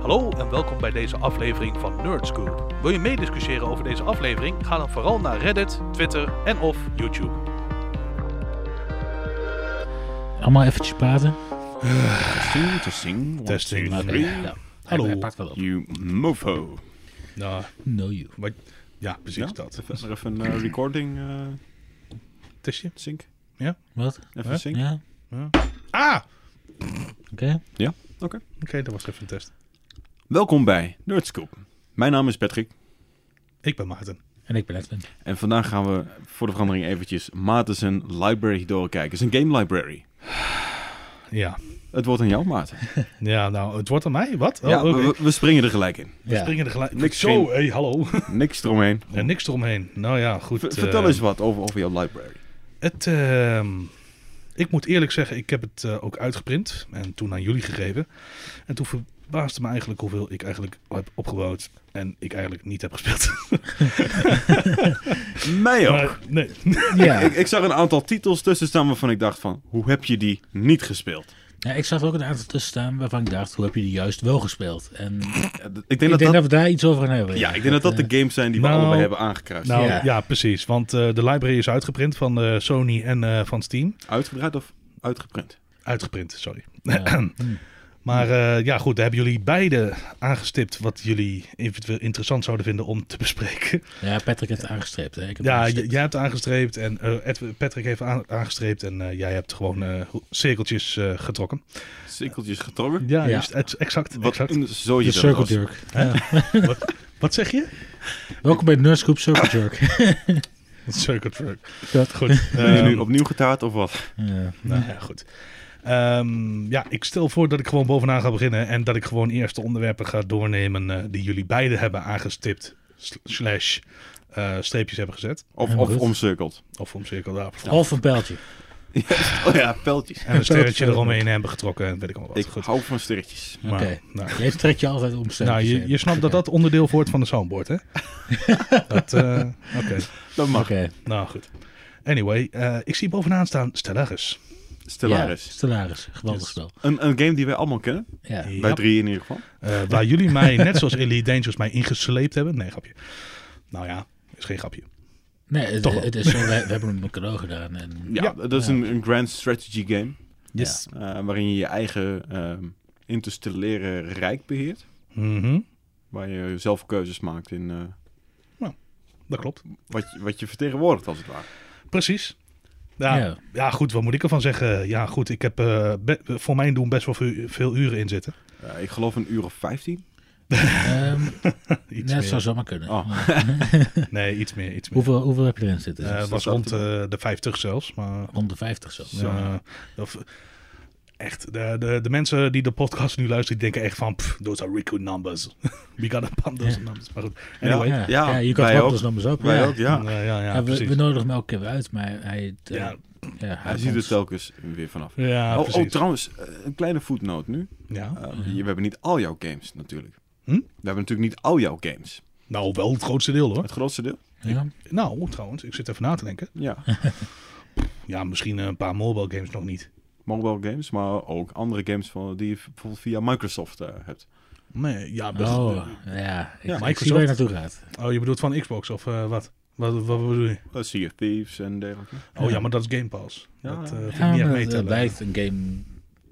Hallo en welkom bij deze aflevering van Nerdscoop. Wil je meediscussiëren over deze aflevering? Ga dan vooral naar Reddit, Twitter en of YouTube. Allemaal eventjes praten. Testing, testing. one, Testing. two, Oké, three. ja. Hallo. Hij, hij pakt wel op. You mofo. Nou, No you. maar, ja, precies Ja? dat. Even, er even een eh, recording eh, Testje. sync. Wat? Even Huh? sync. Ja? Oké. Ah! Oké. Oké, dat was even een test. Welkom bij Nerdscoop. Mijn naam is Patrick. Ik ben Maarten. En ik ben Edwin. En vandaag gaan we voor de verandering eventjes Maarten zijn library doorkijken. Zijn game library. Ja. Het wordt aan jou, Maarten. Ja, nou, het wordt aan mij. Wat? Oh, ja, oké. we, we springen er gelijk in. We springen er gelijk. Niks Zo, geen- hé, hey, hallo. Niks eromheen. En niks eromheen. Nou ja, goed. Ver- vertel eh, eens wat over, over jouw library. Het, ehm, ik moet eerlijk zeggen, ik heb het eh, ook uitgeprint en toen aan jullie gegeven. En toen verbaasde me eigenlijk hoeveel ik eigenlijk heb opgebouwd en ik eigenlijk niet heb gespeeld. Mij ook. Maar, nee. Ja. Ik, ik zag een aantal titels tussen staan waarvan ik dacht van, hoe heb je die niet gespeeld? ja. Ik zag er ook een aantal tussen staan waarvan ik dacht, hoe heb je die juist wel gespeeld? En ik denk, Ja, d- Ik denk dat dat, dat... we daar iets over gaan hebben. Ja, ik denk dat dat de games zijn die we Nou, allebei hebben aangekruist. Nou Ja. ja, precies. Want eh, de library is uitgeprint van eh, Sony en eh, van Steam. Uitgedraaid of uitgeprint? Uitgeprint, sorry. Ja. Hm. Maar eh, ja, goed, daar hebben jullie beide aangestipt wat jullie eventueel interessant zouden vinden om te bespreken. Ja, Patrick heeft het aangestreept. Hè? Ik heb Ja, j- het aangestreept. jij hebt aangestreept en eh, Ed- Patrick heeft aan- aangestreept en eh, jij hebt gewoon eh, ho- cirkeltjes eh, getrokken. Sikkeltjes getrokken. Ja, Ja. juist, ex- exact. Wat exact. een zooi De je dat Circle was. Jerk. Wat zeg je? Welkom bij Nurse Group Circle Jerk. Circuit Jerk. Dat- Goed. Ben je ehm, Eh, nu opnieuw getaard of wat? ja. nou ja, goed. Ehm, ja, ik stel voor dat ik gewoon bovenaan ga beginnen en dat ik gewoon eerst de onderwerpen ga doornemen eh, die jullie beide hebben aangestipt, sl- slash eh, streepjes hebben gezet. Of, Ja, of goed. omcirkeld? Of omcirkeld. daar. Of een pijltje. Oh ja, pijltjes. En een sterretje Dat- eromheen hebben getrokken en weet ik allemaal wat. Ik Goed. hou van sterretjes. Maar, Oké. nou, Jij trekt je altijd om nou, sterretjes je, heen. je snapt dat dat onderdeel wordt van de soundboard, hè? dat, eh, Oké, Dat mag. Oké. Okay. nou goed. Anyway, eh, ik zie bovenaan staan Stellaris. Stellaris. Ja, Stellaris. Geweldig spel. Een, een game die wij allemaal kennen. Ja. Ja. Bij drie in ieder geval. Eh, waar jullie mij, net zoals Elite Dangerous, mij ingesleept hebben. Nee, grapje. Nou ja, is geen grapje. Nee, het, Toch wel. het is zo. We, we hebben hem een cadeau gedaan. En, Ja, Ja. dat is een, een grand strategy game. Yes. eh, waarin je je eigen ehm interstellaire rijk beheert. Mhm, Waar je zelf keuzes maakt in eh, dat klopt. wat, je, wat je vertegenwoordigt als het ware. Precies. Ja. Ja, ja. goed, wat moet ik ervan zeggen? Ja, goed, ik heb eh, be- voor mijn doen best wel veel, veel uren in zitten. Eh, ik geloof een uur of 15. Ehm, Iets nee, dat meer. Ah. zou zomaar kunnen. Oh. Nee, iets meer, iets meer. Hoeveel, Dus hoeveel heb je erin zitten? Eh, dat was zou rond het- eh, de 50 zelfs, maar 150 zo. Zo. Ja, of, echt, de, de, de mensen die de podcast nu luisteren, die denken echt van, pff, those are Rico numbers. We gotta pump those Ja. numbers. Maar goed, anyway. Ja, Ja, Ja, ja, je kan wij het ook. ook. nummers ook. Wij ja. ook, ja, ja. ja, ja, Ja, we, precies. we nodigen hem elke keer weer uit, maar hij, eh, ja, ja, Hij ziet komt. er telkens weer vanaf. ja, oh, oh, precies. trouwens, eh, een kleine voetnoot nu. ja. Eh, je- We hebben niet al jouw games natuurlijk. Hm? We hebben natuurlijk niet al jouw games. Nou, wel het grootste deel hoor. Het grootste deel? Ja. Nou, trouwens, ik zit even na te denken. Ja. Ja, misschien eh, een paar mobile games nog niet. Mobile games, maar ook andere games van, die je bijvoorbeeld via Microsoft eh, hebt. Nee, ja, best- Oh, ja. Ik, Ja, ik zie waar Microsoft. je naartoe gaat. oh, je bedoelt van Xbox of eh, wat? Wat, wat bedoel je? Eh, sea of Thieves en dergelijke. Oh ja, maar dat is Game Pass. Ja, dat ja. eh, vind ik Ja, niet echt mee maar het, het tellen. blijft een game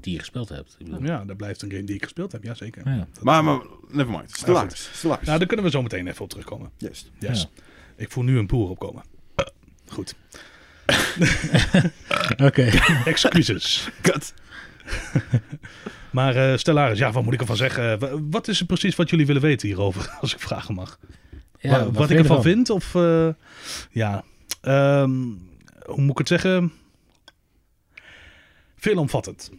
die je gespeeld hebt. Ik bedoel, Ja, dat blijft een game die ik gespeeld heb, ja zeker. ja. Maar, maar never mind. Stellaris. Stellaris. Nou, daar kunnen we zo meteen even op terugkomen. Juist. Yes. Ja. Ik voel nu een boer opkomen. Goed. Oké. Excuses. Kut. maar eh, Stellaris, ja, wat moet ik ervan zeggen? Wa- Wat is het precies wat jullie willen weten hierover, als ik vragen mag? Ja, Wa- wat vind ik je ervan vind? Of, eh, ja, ehm, hoe moet ik het zeggen? Veelomvattend.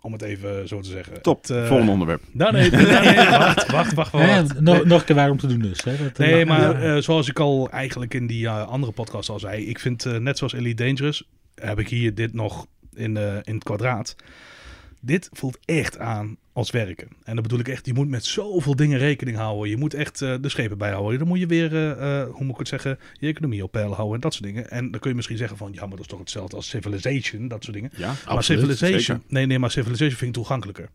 Om het even zo te zeggen. Top. Het, eh, Volgende onderwerp. Nou, nee, nee, nee, wacht, wacht, wacht. Ja, ja, wacht. nog, nog een keer waarom te doen dus. Hè? Dat, eh, Nee, mag- maar eh, zoals ik al eigenlijk in die eh, andere podcast al zei, ik vind eh, net zoals Elite Dangerous, heb ik hier dit nog in, eh, in het kwadraat. Dit voelt echt aan als werken. En dat bedoel ik echt, je moet met zoveel dingen rekening houden. Je moet echt eh, de schepen bijhouden. Dan moet je weer, eh, eh, hoe moet ik het zeggen, je economie op peil houden en dat soort dingen. En dan kun je misschien zeggen van, ja, maar dat is toch hetzelfde als Civilization, dat soort dingen. Ja. maar Absoluut, Civilization, zeker. nee, nee, maar Civilization vind ik toegankelijker.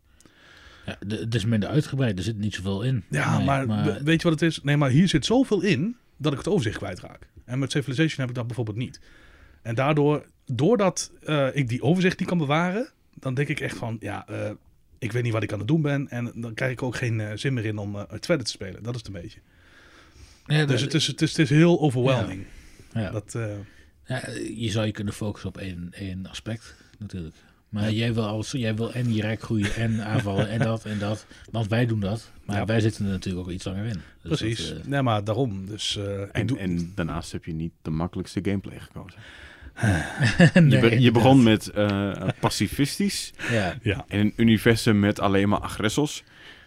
Ja, de- het is minder uitgebreid, er zit niet zoveel in. Ja, Nee, maar, maar we- weet je wat het is? Nee, maar hier zit zoveel in dat ik het overzicht kwijtraak. En met Civilization heb ik dat bijvoorbeeld niet. En daardoor, doordat eh, ik die overzicht niet kan bewaren, dan denk ik echt van, ja, eh, ik weet niet wat ik aan het doen ben. En dan krijg ik ook geen eh, zin meer in om eh, het verder te spelen. Dat is het een beetje. ja, Dus dat- het is, het is, het is heel overwhelming. ja. Dat, eh, Ja, je zou je kunnen focussen op één, één aspect, natuurlijk. Maar jij, wil alles, jij wil en je rijk groeien en aanvallen en dat en dat. Want wij doen dat. Maar Ja. wij zitten er natuurlijk ook iets langer in. Dus precies. dat, eh, nee, maar daarom. Dus eh, ik En, doe- en daarnaast heb je niet de makkelijkste gameplay gekozen. nee, je, be- je inderdaad. begon met eh, pacifistisch Ja. ja. en een universum met alleen maar agressors.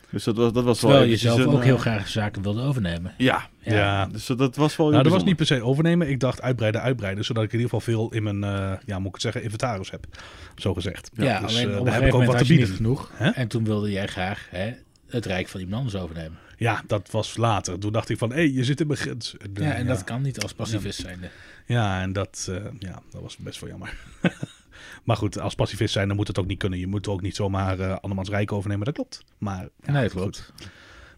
Dus dat was, dat was wel Terwijl je eventjes zelf een, ook eh, heel graag zaken wilde overnemen. Ja, Ja. dus dat, dat was wel Nou, dat heel was niet bijzonder. per se overnemen. Ik dacht uitbreiden, uitbreiden. Zodat ik in ieder geval veel in mijn, eh, ja, moet ik het zeggen, inventaris heb. Zo gezegd. Ja, dus, eh, alleen op een daar heb gegeven ik ook moment wat te had je niet bieden. genoeg. Hè? En toen wilde jij graag hè, het rijk van iemand anders overnemen. Ja, dat was later. Toen dacht ik van, hé, je zit in mijn grens. eh, Ja, en dat kan niet als passivist zijnde. Ja, en dat, eh, ja, dat was best wel jammer. maar goed, als pacifist zijn, dan moet het ook niet kunnen. Je moet ook niet zomaar eh andermans rijk overnemen. Dat klopt. Maar ja, nee, dat klopt.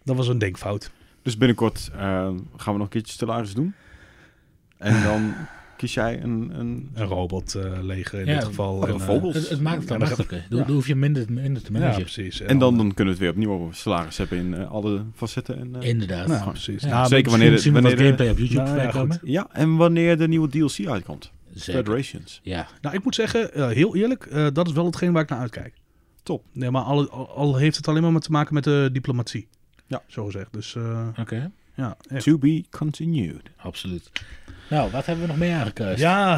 dat was een denkfout. Dus binnenkort eh, gaan we nog een keertje Stellaris doen. En dan kies jij een... een... Een robot eh, leger in Ja, dit geval. En, eh, bijvoorbeeld. Het, het maakt het dan Ja, dan- makkelijker. Dan, hoef je minder, minder te ja, managen. precies. En dan, dan kunnen we het weer opnieuw over Stellaris hebben in eh, alle facetten. En, eh, Inderdaad. Ja, precies. Ja. Nou, Misschien Zeker wanneer de- zien we wat wanneer de- gameplay op YouTube Nou, ja, voorbij komen. Ja, en wanneer de nieuwe DLC uitkomt. Zeker. Federations. Ja, Nou, ik moet zeggen, eh, heel eerlijk, eh, dat is wel hetgeen waar ik naar uitkijk. Top. Nee, maar al, al, al heeft het alleen maar met te maken met de diplomatie. Ja. Zo gezegd. Dus eh, oké. ja, echt. To be continued. Absoluut. Nou, wat hebben we nog mee aangekruist? Ja,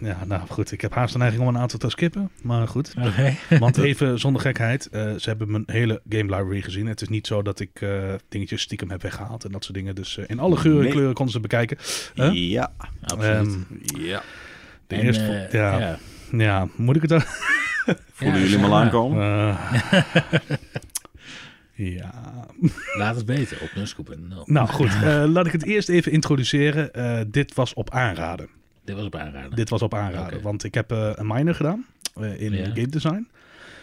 ja, nou goed. Ik heb haast de neiging om een aantal te skippen. Maar goed. Oké. Want even zonder gekheid. eh, ze hebben mijn hele game library gezien. Het is niet zo dat ik eh, dingetjes stiekem heb weggehaald en dat soort dingen. Dus eh, in alle geuren en Nee. kleuren konden ze het bekijken. Huh? Ja. Absoluut. Ehm, Ja. de En, eerste, eh, ja, ja. ja. moet ik het dan? Voelen Ja, jullie zeg hem al maar. aankomen? Eh, ja, Laat het weten op Nuskoepen. nou goed. eh, laat ik het eerst even introduceren. Eh, dit was op aanraden. Dit was op aanraden. Dit was op aanraden, Ah, Oké. want ik heb eh, een minor gedaan eh, in Ja. game design.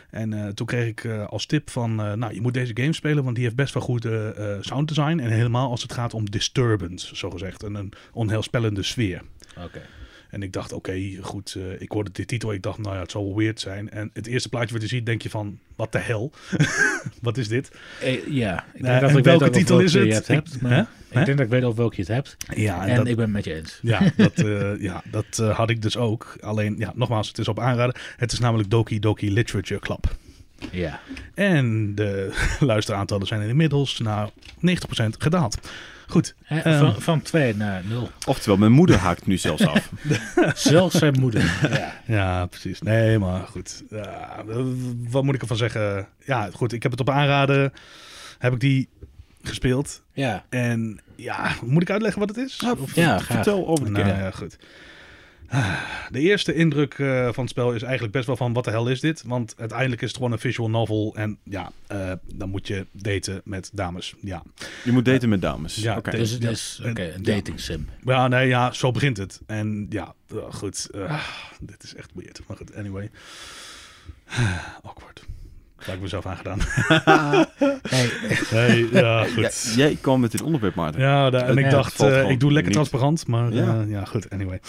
En eh, toen kreeg ik eh, als tip van, eh, nou, je moet deze game spelen, want die heeft best wel goed eh, eh, sound design. En helemaal als het gaat om disturbance, zogezegd. En een onheilspellende sfeer. Oké. En ik dacht, oké, goed, eh, ik hoorde dit titel. Ik dacht, nou ja, het zal wel weird zijn. En het eerste plaatje wat je ziet, denk je van, wat de hel? wat is dit? Eh, ja. Ik denk Nou, dat en ik welke weet ook titel welke is het? Je het hebt, Ik- maar hè? Ah, ik denk dat ik weet of welke je het hebt. Ja, En, ik ben het met je eens. Ja, dat, eh, ja, dat eh, had ik dus ook. Alleen, ja, nogmaals, het is op aanraden. Het is namelijk Doki Doki Literature Club. Ja. En de luisteraantallen zijn inmiddels naar 90% gedaald. Goed, Hè, Ehm. van, van 2 naar 0. Oftewel, mijn moeder haakt nu zelfs af. Zelfs zijn moeder. Ja. ja, precies. Nee, maar goed. Ja, w- w- wat moet ik ervan zeggen? Ja, goed, ik heb het op aanraden. Heb ik die gespeeld. Ja. En ja, moet ik uitleggen wat het is? Nou, Of- Ja, graag. Vertel over de Nou game. ja, goed. Ah, De eerste indruk eh, van het spel is eigenlijk best wel van wat de hel is dit? Want uiteindelijk is het gewoon een visual novel. En ja, eh, dan moet je daten met dames. Ja, Je moet daten met dames. Ja, Oké. Dus het Ja. is oké, een dating sim. Ja, nee, ja, zo begint het. En ja, eh, goed. eh, dit is echt weird. Maar goed, anyway. Ah, Awkward. Dat heb ik mezelf aangedaan. Hey, Nee, ja, Ja, goed. jij kwam met dit onderwerp, Maarten. Ja, daar- en Ja, ik het dacht, valt eh, gewoon ik doe lekker niet. transparant, maar eh, Ja. ja, ja goed, anyway.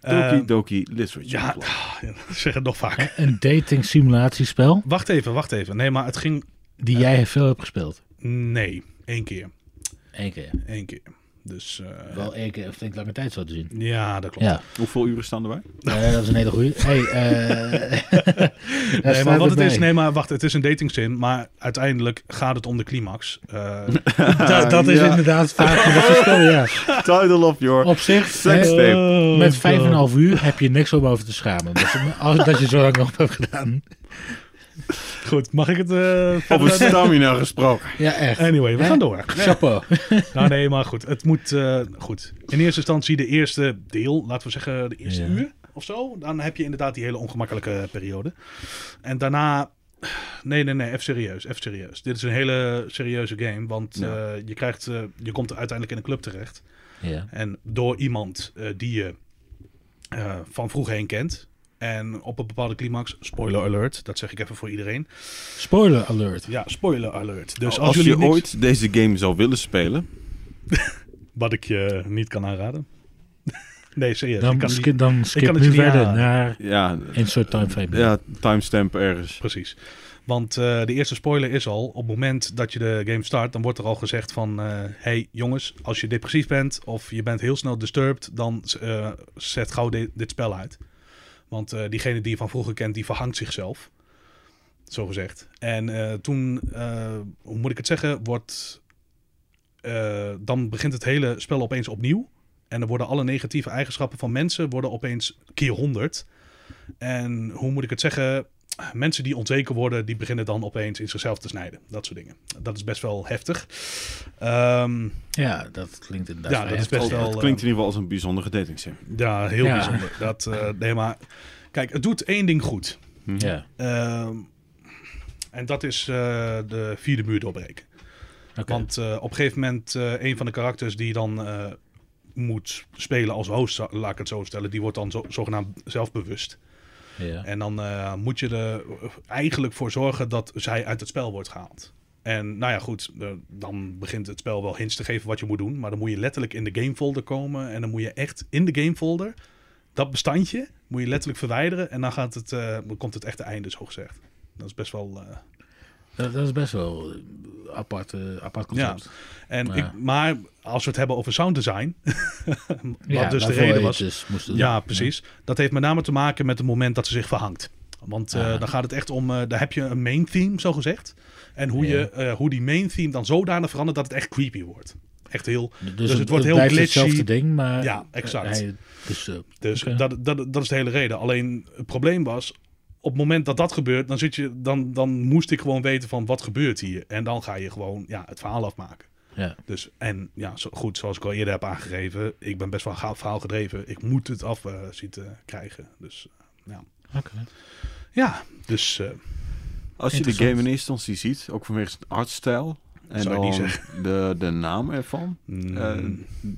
Doki Eh, Doki Literature. ja, Club. zeg het nog vaak. een dating simulatiespel Wacht even, wacht even. Nee, maar het ging... die jij veel hebt gespeeld. Nee, één keer. Eén keer. Eén keer. Dus eh, Wel één keer, flink lange tijd zo te zien. ja, dat klopt. Ja. Hoeveel uren staan erbij? Eh, dat is een hele goeie. Hey, eh, daar nee, staat maar wat het bij. is, nee, maar wacht, het is een datingsim, maar uiteindelijk gaat het om de climax. Eh, Ah, dat, dat is Ja. inderdaad vaak van dat soort spel, ja. Title of your Op zich, sex hè, tape. oh, met vijf en een half uur heb je niks om over te schamen. Dus als dat je zo lang op hebt gedaan. Goed, mag ik het? eh, Over verder- stamina gesproken. Ja, echt. anyway, we Hè? gaan door. Chapeau. Nou nee, maar goed, het moet eh, goed. In eerste instantie de eerste deel, laten we zeggen de eerste Ja. uur of zo. Dan heb je inderdaad die hele ongemakkelijke periode. En daarna, nee, nee, nee, even serieus, even serieus. Dit is een hele serieuze game, want Ja. eh, je krijgt, eh, je komt uiteindelijk in een club terecht. Ja. En door iemand eh, die je eh, van vroeger heen kent, En op een bepaalde climax, spoiler alert, dat zeg ik even voor iedereen. Spoiler alert. Ja, spoiler alert. Dus Nou, als, als, jullie je niks, ooit deze game zou willen spelen, Wat ik je niet kan aanraden. nee, serieus. Dan, ik kan skip, niet- dan skip kan het nu je niet verder aanraden. naar ja, Insert Time Frame. ja timestamp ergens. Precies. Want eh, de eerste spoiler is al, op het moment dat je de game start, dan wordt er al gezegd van, eh, hey jongens, als je depressief bent of je bent heel snel disturbed, dan eh, zet gauw dit, dit spel uit. Want eh, diegene die je van vroeger kent, die verhangt zichzelf. Zo gezegd. En eh, toen, eh, hoe moet ik het zeggen, wordt, eh, dan begint het hele spel opeens opnieuw. En dan worden alle negatieve eigenschappen van mensen worden opeens keer 100. En hoe moet ik het zeggen? mensen die onzeker worden, die beginnen dan opeens in zichzelf te snijden. Dat soort dingen. Dat is best wel heftig. Ehm, Ja, dat klinkt inderdaad Ja, wel dat is heftig. best wel- Oh, eh, Het klinkt in ieder geval als een bijzondere dating sim. ja, heel Ja. bijzonder. Dat, eh, nee, maar kijk, het doet één ding goed. Ja, Ehm, en dat is eh, de vierde muur doorbreken. oké. Want eh, op een gegeven moment, eh, een van de karakters die dan eh, moet spelen als host, za- laat ik het zo stellen, die wordt dan zo- zogenaamd zelfbewust. ja. En dan eh, moet je er eigenlijk voor zorgen dat zij uit het spel wordt gehaald. En nou ja, goed, eh, dan begint het spel wel hints te geven wat je moet doen. Maar dan moet je letterlijk in de gamefolder komen. En dan moet je echt in de gamefolder dat bestandje moet je letterlijk verwijderen. En dan gaat het, eh, komt het echte einde, zogezegd. Dat is best wel... eh, Dat, dat is best wel een apart, eh, apart concept. Ja, En Maar maar, ja. ik, maar als we het hebben over sound design, wat dus de waarvoor reden je was. het Dus moest doen. Ja, precies. Dat heeft met name te maken met het moment dat ze zich verhangt. Want eh, Ah. dan gaat het echt om, eh daar heb je een main theme, zo gezegd. En hoe, je, eh, hoe die main theme dan zodanig verandert dat het echt creepy wordt. Echt heel. Dus, Dus het, het wordt heel blijft glitchy. hetzelfde ding, maar... Ja, exact. eh, hij- dus, eh, Dus Oké. dat, dat, dat is de hele reden. Alleen het probleem was, op het moment dat dat gebeurt, dan, zit je, dan, dan moest ik gewoon weten van wat gebeurt hier. En dan ga je gewoon ja, het verhaal afmaken. ja. Dus, en ja, zo, goed, zoals ik al eerder heb aangegeven, ik ben best wel gaaf verhaal gedreven. Ik moet het af eh, zien te krijgen. Dus Oké. ja, dus eh, Als je de game in Interessant. eerste instantie ziet, ook vanwege zijn artstijl en Zou je niet dan de, de naam ervan, mm, eh, Ehm,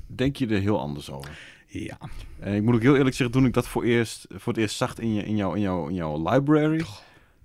denk je er heel anders over. ja. En ik moet ook heel eerlijk zeggen, toen ik dat voor, eerst, voor het eerst zag in, je, in, jouw, in, jouw, in jouw library,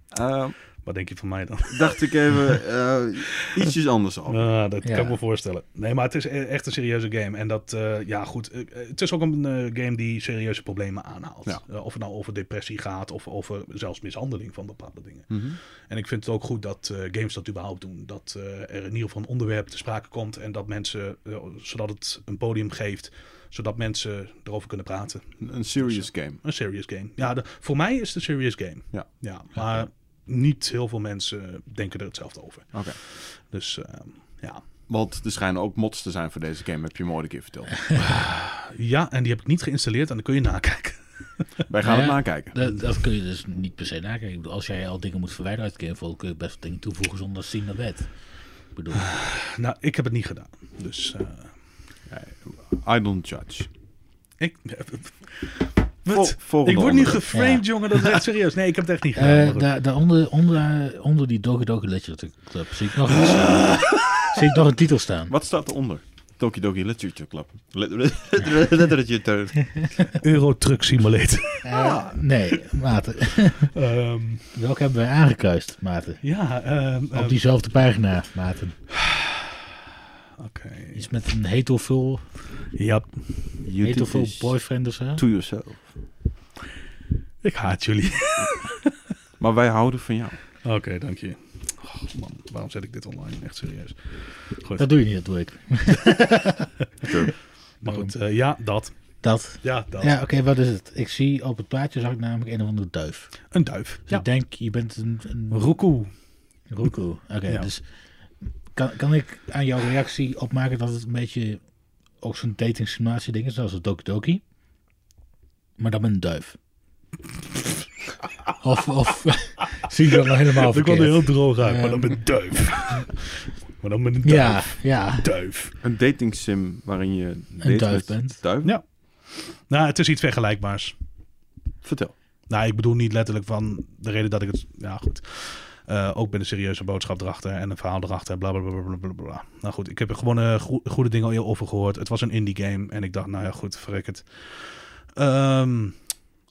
eh, Wat denk je van mij dan? dacht ik even eh, ietsjes anders af. Ah, dat Ja. kan ik me voorstellen. Nee, maar het is e- echt een serieuze game. En dat, eh, ja goed, eh, eh, het is ook een eh, game die serieuze problemen aanhaalt. Ja. Eh, of het nou over depressie gaat of over zelfs mishandeling van bepaalde dingen. Mhm. En ik vind het ook goed dat eh, games dat überhaupt doen. Dat eh, er in ieder geval een onderwerp te sprake komt. En dat mensen, eh, zodat het een podium geeft. Zodat mensen erover kunnen praten. Een, een serious game. Een serious game. Ja, de- voor mij is het een serious game. Ja. ja maar niet heel veel mensen denken er hetzelfde over. Oké. Dus eh, ja. Want er schijnen ook mods te zijn voor deze game, heb je me ooit een keer verteld. Ja, en die heb ik niet geïnstalleerd. En dan kun je nakijken. Wij gaan Ja. het nakijken. Dat, dat kun je dus niet per se nakijken. Ik bedoel, als jij al dingen moet verwijderen uit de gamefold, kun je best dingen toevoegen zonder dat zien naar wet. Ik bedoel, Nou, ik heb het niet gedaan. Dus eh, I don't judge. ik... eh, Vol- Wat? volgende ik word nu onderwerp. geframed, Ja. jongen. Dat is echt serieus. Nee, ik heb het echt niet gedaan. maar eh, goed. daar, daaronder, onder, onder die Doki Doki Literature Club zie ik nog iets. Ah. zie ik nog een titel staan. Wat staat eronder? Doki Doki Literature Club. Lit- lit- Literature. Euro Truck Simulator. Eh, nee, Maarten. Ehm, Welke hebben wij aangekuist, Maarten? ja, ehm, Op ehm, diezelfde pagina, Maarten. oké. Iets met een hetelvul, Ja, You do hetelvul this boyfriend of zo. to yourself. ik haat jullie. Maar wij houden van jou. Oké, dank je. Och, man, waarom zet ik dit online? Echt serieus. Dat doe je niet, dat doe ik. Maar goed, eh, ja, dat. Dat. Ja, dat. Ja, oké, wat is het? Ik zie op het plaatje zag ik namelijk een of andere duif. Een duif. Dus Ja. ik denk, je bent een, een Roekoe. roekoe. Oké, Ja. dus kan, kan ik aan jouw reactie opmaken dat het een beetje ook zo'n dating simulatie ding is, zoals het Doki Doki. Maar dan met een duif. of, of zie je dat nou helemaal Ik kwam er verkeerd? heel droog uit, maar Ehm. dan met een duif. maar dan met een duif. Ja, ja. Duif. Een dating sim waarin je Een date duif met bent. duiven? Ja. Nou, het is iets vergelijkbaars. Vertel. Nou, ik bedoel niet letterlijk van de reden dat ik het. Ja, goed. Eh, ook met een serieuze boodschap erachter en een verhaal erachter. Bla bla bla bla bla bla. Nou goed, ik heb er gewoon eh, goe- goede dingen al over gehoord. Het was een indie game en ik dacht, nou ja, goed, verrek het. Ehm,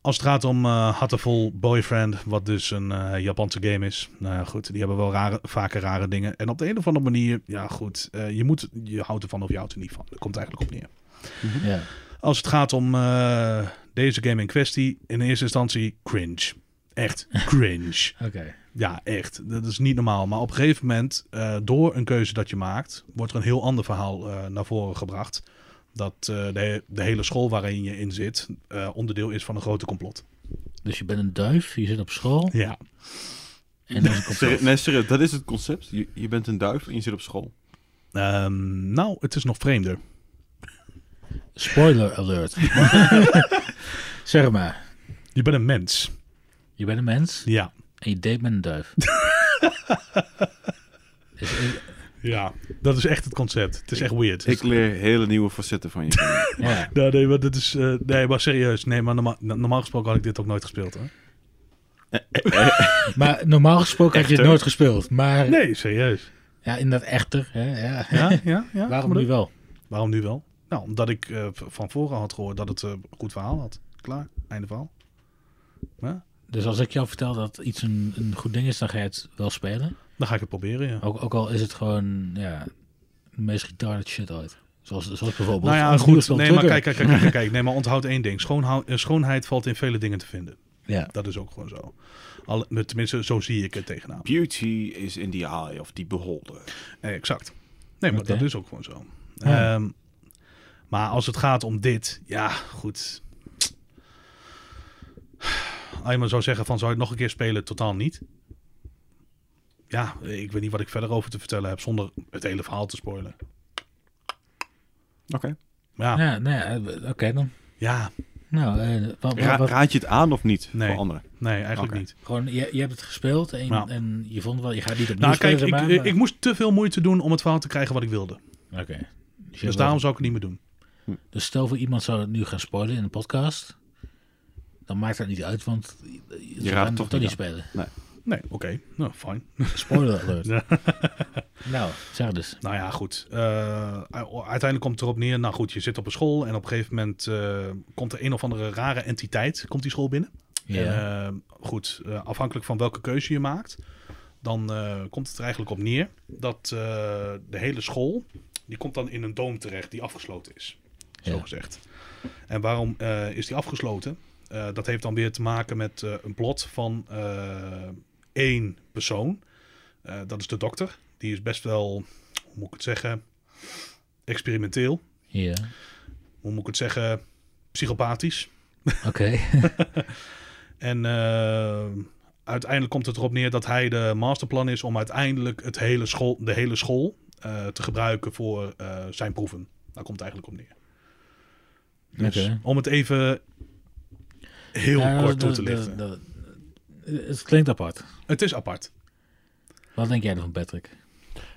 Als het gaat om eh Hatterful Boyfriend, wat dus een eh, Japanse game is. Nou ja, goed, die hebben wel rare, vaker rare dingen. En op de een of andere manier, ja goed, eh, je, moet, je houdt ervan of je houdt er niet van. Dat komt eigenlijk op neer. Ja. Als het gaat om eh, deze game in kwestie, in eerste instantie cringe. Echt cringe. Oké. Ja, echt. Dat is niet normaal. Maar op een gegeven moment, eh, door een keuze dat je maakt, wordt er een heel ander verhaal eh, naar voren gebracht. Dat eh, de, de hele school waarin je in zit, eh, onderdeel is van een grote complot. Dus je bent een duif, je zit op school. Ja. En dan komt Serieus, nee, serieus, dat is het concept. Je, je bent een duif en je zit op school. Ehm, nou, het is nog vreemder. Spoiler alert. zeg maar. Je bent een mens. Je bent een mens Ja. en je date met een duif. Dus, eh, Is- is- Ja. Dat is echt het concept. Het is echt weird. Dus Ik leer hele nieuwe facetten van je. kennen. ja. Ja, nee, maar dit is, eh, nee, maar serieus. Nee, maar norma- normaal gesproken had ik dit ook nooit gespeeld. Hè? Maar normaal gesproken had je het Echter. nooit gespeeld. Maar Nee, serieus. ja, in dat echter. Hè, ja. Ja, ja, ja. Waarom nu wel? Waarom nu wel? Nou, omdat ik eh, v- van voren had gehoord dat het eh, een goed verhaal had. Klaar, einde verhaal. Ja, Dus als ik jou vertel dat iets een, een goed ding is, dan ga je het wel spelen. dan ga ik het proberen, ja. Ook, ook al is het gewoon ja, de meest retarded shit ooit. Zoals, zoals bijvoorbeeld... nou ja, goed. een huwelijksfilm Nee, maar kijk, drukken. kijk, kijk, kijk, kijk. Nee, maar onthoud één ding. Schoonhou- eh, schoonheid valt in vele dingen te vinden. Ja. Dat is ook gewoon zo. Al, tenminste, zo zie ik het tegenaan. Beauty is in the eye of the beholder. Nee, exact. Nee, maar Oké. dat is ook gewoon zo. Ja. Ehm, maar als het gaat om dit, ja, goed. Als je maar zou zeggen van, zou je het nog een keer spelen? Totaal niet. Ja, ik weet niet wat ik verder over te vertellen heb zonder het hele verhaal te spoilen. Oké. Ja, ja. Ja, nou ja, eh, oké dan. Nou, eh, wat, wat- Ra- wat- raad je het aan of niet Nee. voor anderen? nee, eigenlijk Oké. niet. gewoon, je, je hebt het gespeeld en, Ja. en je vond wel, je gaat niet opnieuw Nou, kijk, spelen, ik, maar... ik, moest te veel moeite doen om het verhaal te krijgen wat ik wilde. Oké. Dus, je Dus hebt daarom zou ik het niet meer doen. wel- dus stel voor iemand zou het nu gaan spoilen in een podcast, dan maakt dat niet uit, want je, je raadt gaat het toch toch niet niet spelen. Nee, oké. Nou, fijn. Spoiler alert. Ja. Nou, zeg dus. Nou ja, goed. Eh, uiteindelijk komt het erop neer. Nou goed, je zit op een school en op een gegeven moment eh, komt er een of andere rare entiteit komt die school binnen. Ja. En, eh, goed, eh, afhankelijk van welke keuze je maakt, dan eh, komt het er eigenlijk op neer dat eh, de hele school, die komt dan in een doom terecht die afgesloten is. Zo Ja. gezegd. En waarom eh, is die afgesloten? Eh, dat heeft dan weer te maken met eh, een plot van eh, één persoon. Eh, dat is de dokter. Die is best wel, hoe moet ik het zeggen, experimenteel. Ja. Hoe moet ik het zeggen, psychopathisch. Oké. En eh, uiteindelijk komt het erop neer dat hij de masterplan is om uiteindelijk het hele school, de hele school eh, te gebruiken voor eh, zijn proeven. Daar komt het eigenlijk op neer. Dus Oké. om het even heel Ja, kort toe Nou, dat- te dat- lichten. dat- Het klinkt apart. Het is apart. Wat denk jij ervan, Patrick?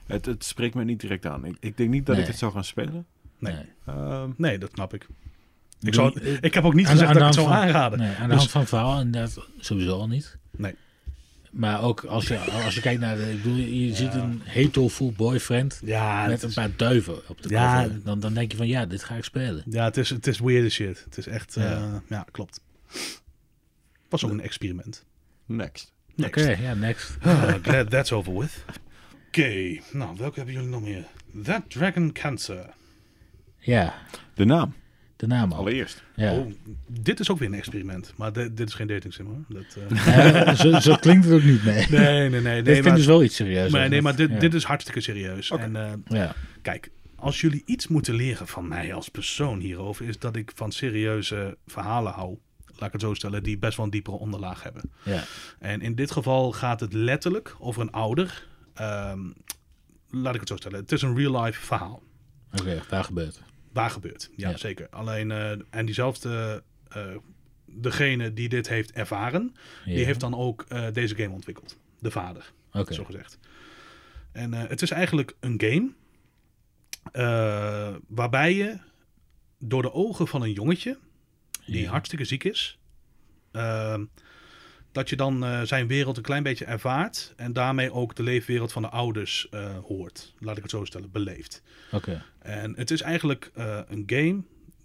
Het, het spreekt me niet direct aan. Ik, ik denk niet dat Nee. ik het zou gaan spelen. Nee. Ehm, Nee, dat snap ik. Ik, Doe zou, je- ik heb ook niet eh, Aan de- gezegd aan dat ik het de zou hand van- aanraden. Nee, aan de Dus- hand van het verhaal inderdaad sowieso al niet. Nee. Maar ook als je, als je kijkt naar... De, ik bedoel, je ziet een hetelful boyfriend Ja, met het een is, paar duiven op de Ja. cover. Dan, dan denk je van ja, dit ga ik spelen. ja het, is, het is weird as shit. Het is echt... eh, Ja. ja. klopt. Was ook een experiment. next. Next. Oké, ja, next. Ah, glad that's over with. Oké, nou, welke hebben jullie nog meer? That Dragon Cancer. Ja, De naam. de naam al. Allereerst. Ja. Oh, dit is ook weer een experiment, maar di- dit is geen dating sim hoor. Dat, eh, Ja, zo, zo klinkt het ook niet, nee. nee, nee, nee. nee, dit vind maar, dus wel iets serieus. maar, nee, eigenlijk. maar dit, ja. dit is hartstikke serieus. En eh, Ja, kijk, als jullie iets moeten leren van mij als persoon hierover, is dat ik van serieuze verhalen hou. Laat ik het zo stellen, die best wel een diepere onderlaag hebben. ja. En in dit geval gaat het letterlijk over een ouder. Ehm, laat ik het zo stellen, het is een real-life verhaal. Oké, daar gebeurt het. Waar gebeurt. Ja, Ja. zeker. Alleen, eh, en diezelfde, eh, degene die dit heeft ervaren, Ja. die heeft dan ook eh, deze game ontwikkeld. De vader, Oké, zo gezegd. En eh, het is eigenlijk een game eh, waarbij je door de ogen van een jongetje, die Ja. hartstikke ziek is, ehm, dat je dan eh, zijn wereld een klein beetje ervaart en daarmee ook de leefwereld van de ouders eh, hoort. Laat ik het zo stellen, beleeft. oké. En het is eigenlijk eh, een game.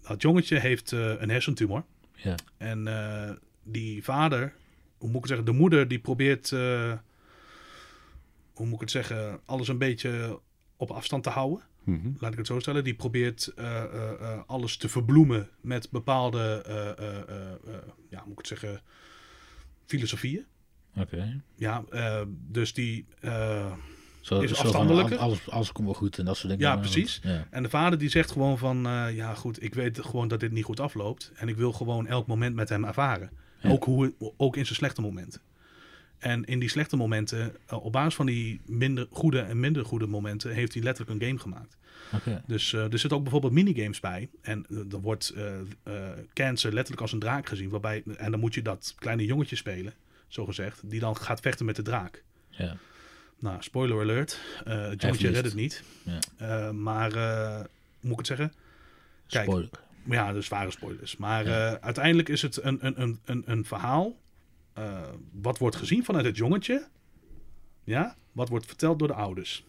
Dat jongetje heeft eh, een hersentumor. Ja. En eh, die vader, hoe moet ik het zeggen, de moeder die probeert, eh, hoe moet ik het zeggen, alles een beetje op afstand te houden Mhm. laat ik het zo stellen, die probeert eh, eh, eh, alles te verbloemen met bepaalde, eh, eh, eh, eh, ja, hoe moet ik het zeggen, filosofieën. Oké. Ja, eh, dus die. eh, Zo, Is zo van, afstandelijker? al- alles, alles komt wel goed en dat soort dingen. Ja, Maar goed, precies. Ja. en de vader die zegt gewoon van, eh, ja goed, ik weet gewoon dat dit niet goed afloopt. En ik wil gewoon elk moment met hem ervaren. Ja. Ook, hoe, ook in zijn slechte momenten. En in die slechte momenten, eh, op basis van die minder goede en minder goede momenten, heeft hij letterlijk een game gemaakt. Oké. Dus eh, er zitten ook bijvoorbeeld minigames bij. En eh, er wordt eh eh, cancer letterlijk als een draak gezien. Waarbij, en dan moet je dat kleine jongetje spelen, zogezegd. Die dan gaat vechten met de draak. Ja. Nou, spoiler alert. eh, het jongetje verliest. redt het niet. Ja. Eh, maar, eh, hoe moet ik het zeggen? Kijk. Spoiler. Maar Ja, de zware spoilers. Maar Ja. eh, uiteindelijk is het een, een, een, een, een verhaal. eh, wat wordt gezien vanuit het jongetje. Ja, wat wordt verteld door de ouders.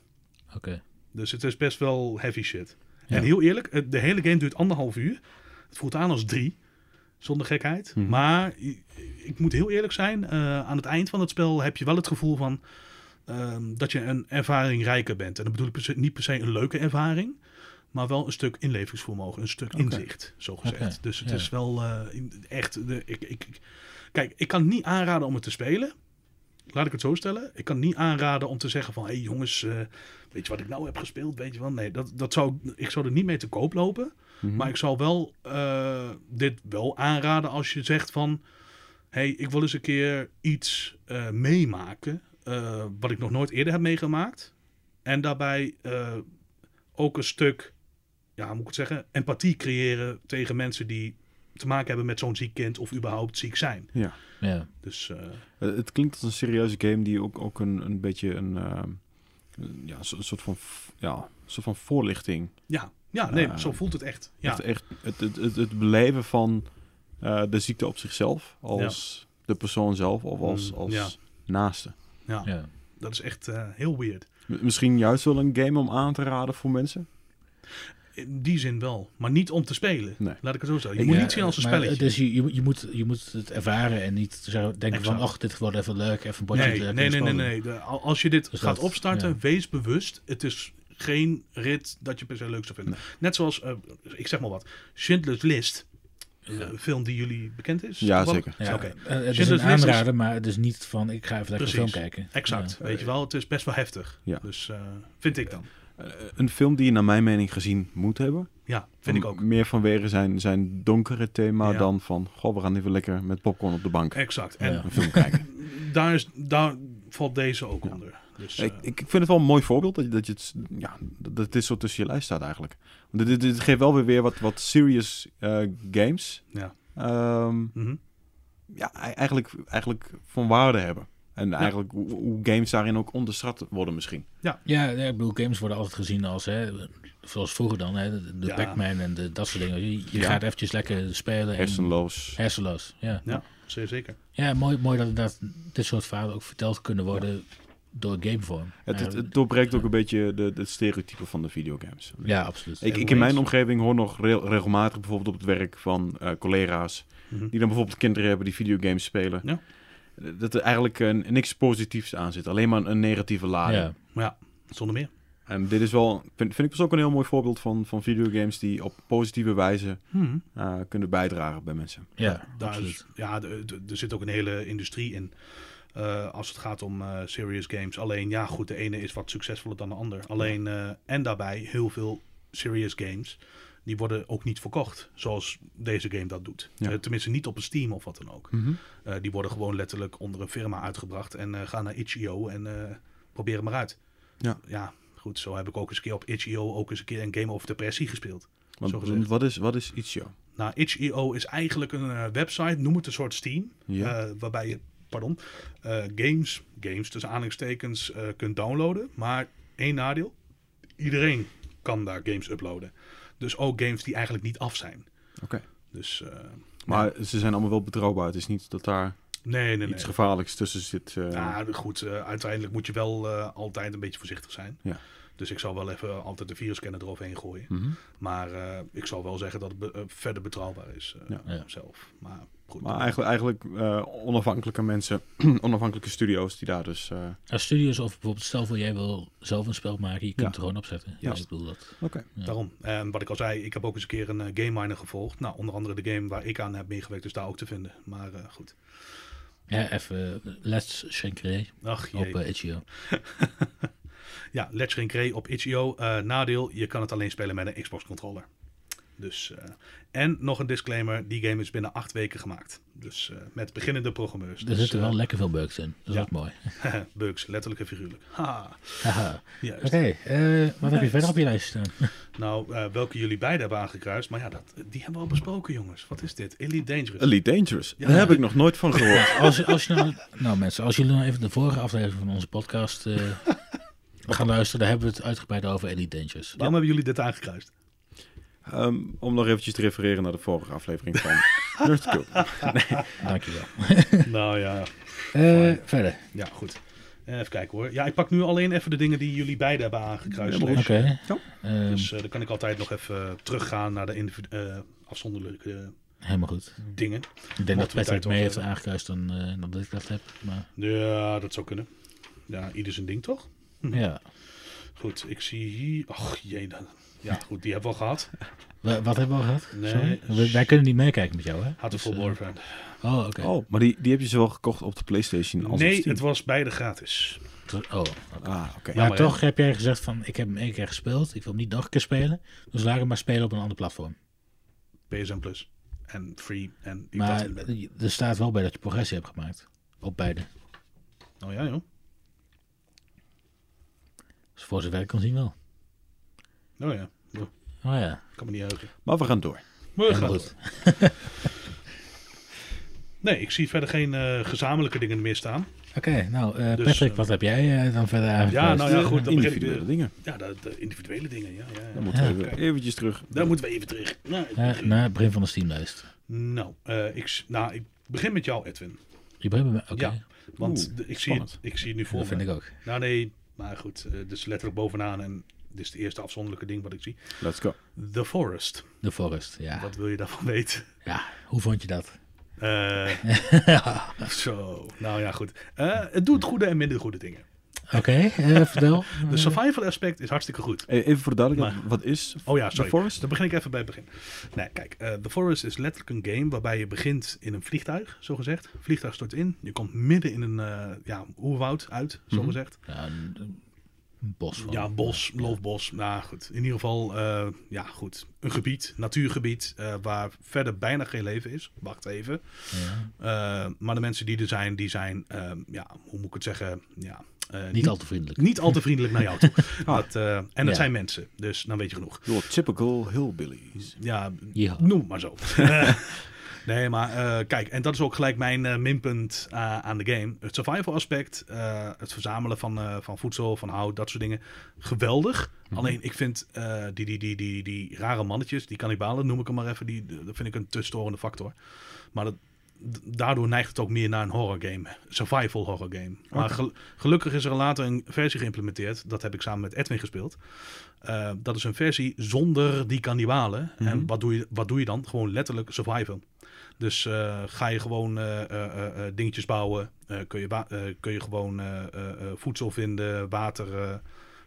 Oké. Dus het is best wel heavy shit. Ja. En heel eerlijk, het- de hele game duurt anderhalf uur. Het voelt aan als drie, zonder gekheid. Mhm. Maar i- ik moet heel eerlijk zijn, eh, aan het eind van het spel heb je wel het gevoel van ehm, dat je een ervaring rijker bent. En dat bedoel ik per se- niet per se een leuke ervaring, maar wel een stuk inlevingsvermogen, een stuk Oké. inzicht, zo gezegd. Oké, Dus het ja. is wel eh, in- echt. De, ik, ik, ik- kijk, ik kan het niet aanraden om het te spelen. Laat ik het zo stellen. Ik kan niet aanraden om te zeggen van... hé hey jongens, eh, weet je wat ik nou heb gespeeld? Weet je wel? Nee, dat, dat zou, ik zou er niet mee te koop lopen. Mhm. Maar ik zou wel eh, dit wel aanraden als je zegt van... hey, ik wil eens een keer iets eh, meemaken... eh, wat ik nog nooit eerder heb meegemaakt. En daarbij eh, ook een stuk... ja, hoe moet ik het zeggen? Empathie creëren tegen mensen die te maken hebben met zo'n ziek kind... of überhaupt ziek zijn. Ja. Ja. Dus... eh, Eh, Het klinkt als een serieuze game die ook, ook een, een beetje een, ehm, een- ja, zo- een soort van, f- ja, een soort van voorlichting. Ja, ja nee, Eh, zo voelt het echt. Ja, Echt, echt het, het, het, het beleven van eh, de ziekte op zichzelf als de persoon zelf of als, Mm, als ja. naaste. ja, Ja. dat is echt eh, heel weird. M- misschien juist wel een game om aan te raden voor mensen. In die zin wel, maar niet om te spelen. Nee. Laat ik het zo zeggen. Je Ik- moet ja, niet zien als een maar spelletje. Dus je, je, moet- je moet, je moet het ervaren en niet zo denken van... Exact. ach, dit wordt even leuk, even een bordje Nee, nee, eh, drukken nee, en nee, nee, scrollen." De- al- als je dit Dus gaat dat, opstarten, ja. wees bewust. Het is geen rit dat je per se leuk zou vinden. Net zoals, eh, ik zeg maar wat, Schindler's List. Een film die jullie bekend is. Ja, Toevallig? zeker. Ja, Oké. eh, Het is Schindler's een List is- aanrader, maar het is niet van ik ga even lekker een film Precies. kijken. Exact. Weet je wel, het is best wel heftig. Ja. Dus eh, vind ik dan. Eh, een film die je naar mijn mening gezien moet hebben. Ja, vind ik M- ook. Meer vanwege zijn, zijn donkere thema Ja. dan van... Goh, we gaan even lekker met popcorn op de bank Exact. En Ja. een film kijken. daar, is, daar valt deze ook onder. Dus, Ik, eh, ik vind het wel een mooi voorbeeld dat, je- dat, je het, ja, dat dit zo tussen je lijst staat eigenlijk. Want dit, dit, dit geeft wel weer, weer wat, wat serious eh, games. Ja. Ehm, mhm. ja, ei- eigenlijk, eigenlijk van waarde hebben. En eigenlijk hoe, hoe games daarin ook onderschat worden misschien. Ja, ja, ik bedoel, games worden altijd gezien als, hè, zoals vroeger dan, hè, de, de Ja. Pac-Man en de, dat soort dingen. Je, je Ja. gaat eventjes lekker spelen. en Hersenloos. Hersenloos, ja. Ja, zeer zeker. Ja, mooi, mooi dat, dat dit soort verhalen ook verteld kunnen worden door gamevorm. Het, het, Ja, het doorbreekt ook een beetje de, het stereotype van de videogames. ja, absoluut. Ik, ik in mijn omgeving hoor nog re- regelmatig bijvoorbeeld op het werk van eh, collega's Mhm. Die dan bijvoorbeeld kinderen hebben die videogames spelen. Ja. Dat er eigenlijk eh, niks positiefs aan zit. Alleen maar een negatieve lading. Ja, Zonder meer. En dit is wel, vind, vind ik dus ook een heel mooi voorbeeld van, van videogames die op positieve wijze eh, kunnen bijdragen bij mensen. ja, Daar absoluut. is, ja, de- de- er zit ook een hele industrie in. eh, als het gaat om eh, serious games. Alleen, ja, goed, de ene is wat succesvoller dan de ander. Alleen, eh, en daarbij heel veel serious games. Die worden ook niet verkocht, zoals deze game dat doet. Ja. Eh, tenminste, niet op een Steam of wat dan ook. Eh, die worden gewoon letterlijk onder een firma uitgebracht. En eh, gaan naar itch.io en eh probeer het maar uit. Ja. ja, goed. Zo heb ik ook eens een keer op itch.io ook eens een keer een game over depressie gespeeld. Want, Zo gezegd. want wat is, wat is Itch.io? Nou, itch.io is eigenlijk een eh, website, noem het een soort Steam, Ja. eh, waarbij je, pardon, eh, games, games tussen aanhalingstekens, eh, kunt downloaden. Maar één nadeel, iedereen kan daar games uploaden. Dus ook games die eigenlijk niet af zijn. Oké. Dus eh, Maar ze zijn allemaal wel betrouwbaar. Het is niet dat daar nee, nee, Nou. nee. iets gevaarlijks tussen zit. eh. Ja, goed, eh, uiteindelijk moet je wel eh, altijd een beetje voorzichtig zijn. Ja. Dus ik zal wel even altijd de virusscanner eroverheen gooien. Mhm. Maar eh, ik zal wel zeggen dat het be- eh, verder betrouwbaar is eh, Ja. Ja. zelf. Maar goed. Maar eigenlijk, eigenlijk eh, onafhankelijke mensen, onafhankelijke studio's die daar dus... eh, Als studios of bijvoorbeeld, stel voor jij wil zelf een spel maken, je kunt Ja. het er gewoon opzetten. Ja. Ja. Ik bedoel dat. Oké. Ja. Daarom. En wat ik al zei, ik heb ook eens een keer een eh, game miner gevolgd. Nou, onder andere de game waar ik aan heb meegewerkt is daar ook te vinden. Maar eh, goed. Ja, even eh, Let's Shankray Ach op jee. eh, HEO. Ja, Let's Ring Grey op itch.io. Eh, nadeel, je kan het alleen spelen met een Xbox controller. Dus, eh, en nog een disclaimer, die game is binnen acht weken gemaakt. Dus eh, met beginnende programmeurs. Er Dus, zitten eh, wel lekker veel bugs in. Dat is ja. ook mooi. bugs, letterlijk en figuurlijk. Haha, Haha. juist. Oké, eh, wat heb je verder op je lijst staan? Nou, eh, welke jullie beiden hebben aangekruist. Maar ja, dat, die hebben we al besproken, jongens. Wat is dit? Elite Dangerous. Elite Dangerous. Ja. Daar heb ik nog nooit van gehoord. Als, als je nou, nou mensen, als jullie nou even de vorige aflevering van onze podcast eh, gaan luisteren, daar hebben we het uitgebreid over Elite Dangerous. Waarom hebben jullie dit aangekruist? Ehm, om nog eventjes te refereren naar de vorige aflevering van Nerdcube. Dankjewel. nou ja, Eh verder. ja, goed. Eh, even kijken hoor. Ja, ik pak nu alleen even de dingen die jullie beiden hebben aangekruist. Helemaal Oké. Lex. Ehm, Dus eh, dan kan ik altijd nog even eh, teruggaan naar de individu- eh, afzonderlijke eh, helemaal goed. dingen. Ik denk we tijd dat Patrick over mee heeft hebben. aangekruist dan, eh, dan dat ik dat heb. Maar Ja, dat zou kunnen. Ja, ieder zijn ding toch? ja. Goed, ik zie hier. Och jee. dan- Ja, goed, die hebben we al gehad. Wa- wat hebben we al gehad? Nee. dus- Sorry? We- wij kunnen niet meekijken met jou, hè? Had de Dus, full eh, Warfare. oh, oké. Oh, maar die, die heb je zowel gekocht op de PlayStation als op Nee, Steam. het was beide gratis. Ter- Oh, oké. Ah, oké. Ja. maar Jammer, hè? toch heb jij gezegd van, ik heb hem één keer gespeeld. Ik wil hem niet nog een keer spelen. Dus laat hem maar spelen op een ander platform. PSN Plus. En free. En ik Maar dacht- je- er staat wel bij dat je progressie hebt gemaakt. Op beide. Oh ja, joh. Dus voor zover ik kan zien wel. Oh ja. Oh, Oh ja, kan me niet heugen. Maar we gaan door. Maar we gaan helemaal door. goed. Nee, ik zie verder geen eh, gezamenlijke dingen meer staan. Oké, nou eh, Dus, Patrick, eh, wat heb jij eh, dan verder aangekruist? Ja, nou ja, goed. Dan begin ik Individuele weer. dingen. Ja, de, de individuele dingen. Ja, ja, ja. Dan moeten we Ja. even- eventjes terug. Daar moeten we even terug. Nou, ik- Eh, naar het begin van de Steamlijst. nou, eh, ik, s- nou, ik begin met jou, Edwin. Je begint met- Oké, Ja, Want Oeh, de- ik, zie spannend. het, ik zie het nu voor dat me. vind ik ook. Nou nee, maar goed, eh, dit is letterlijk bovenaan en dit is het eerste afzonderlijke ding wat ik zie. Let's go. The Forest, The Forest, ja. wat wil je daarvan weten? Ja, hoe vond je dat? Eh, zo, nou ja goed. Eh, het doet goede en minder goede dingen. Oké, eh, vertel. De survival aspect is hartstikke goed. Eh, Even voor de duidelijkheid, wat is Oh ja, The sorry. Forest? Dan begin ik even bij het begin. Nee, kijk, eh, The Forest is letterlijk een game waarbij je begint in een vliegtuig, zogezegd. Vliegtuig stort in, je komt midden in een eh, ja, oerwoud uit, Mhm. zogezegd. Ja, een, een bos van. Ja, bos, loofbos. Nou goed, in ieder geval, eh, ja goed. Een gebied, natuurgebied, eh, waar verder bijna geen leven is. Wacht even. Ja. Eh, maar de mensen die er zijn, die zijn, eh, ja, hoe moet ik het zeggen? Ja, eh, Niet al te vriendelijk. niet al te vriendelijk naar jou toe. dat, eh, en dat Ja. zijn mensen, dus dan weet je genoeg. Your typical hillbillies. Ja, Ja. noem het maar zo. Eh, nee, maar eh, kijk, en dat is ook gelijk mijn eh, minpunt eh, aan de game. Het survival aspect, eh, het verzamelen van, eh, van voedsel, van hout, dat soort dingen. Geweldig. Alleen ik vind eh, die, die, die, die, die rare mannetjes, die kannibalen noem ik hem maar even, die, dat vind ik een te storende factor. Maar dat, d- daardoor neigt het ook meer naar een horror game. Survival horror game. Maar gel- gelukkig is er later een versie geïmplementeerd. Dat heb ik samen met Edwin gespeeld. Eh, dat is een versie zonder die kannibalen. Mhm. En wat doe, je, wat doe je dan? Gewoon letterlijk survival. Dus eh, ga je gewoon eh, eh, eh, eh, dingetjes bouwen. eh, kun, je wa- eh, kun je gewoon eh, eh, eh, voedsel vinden, water eh,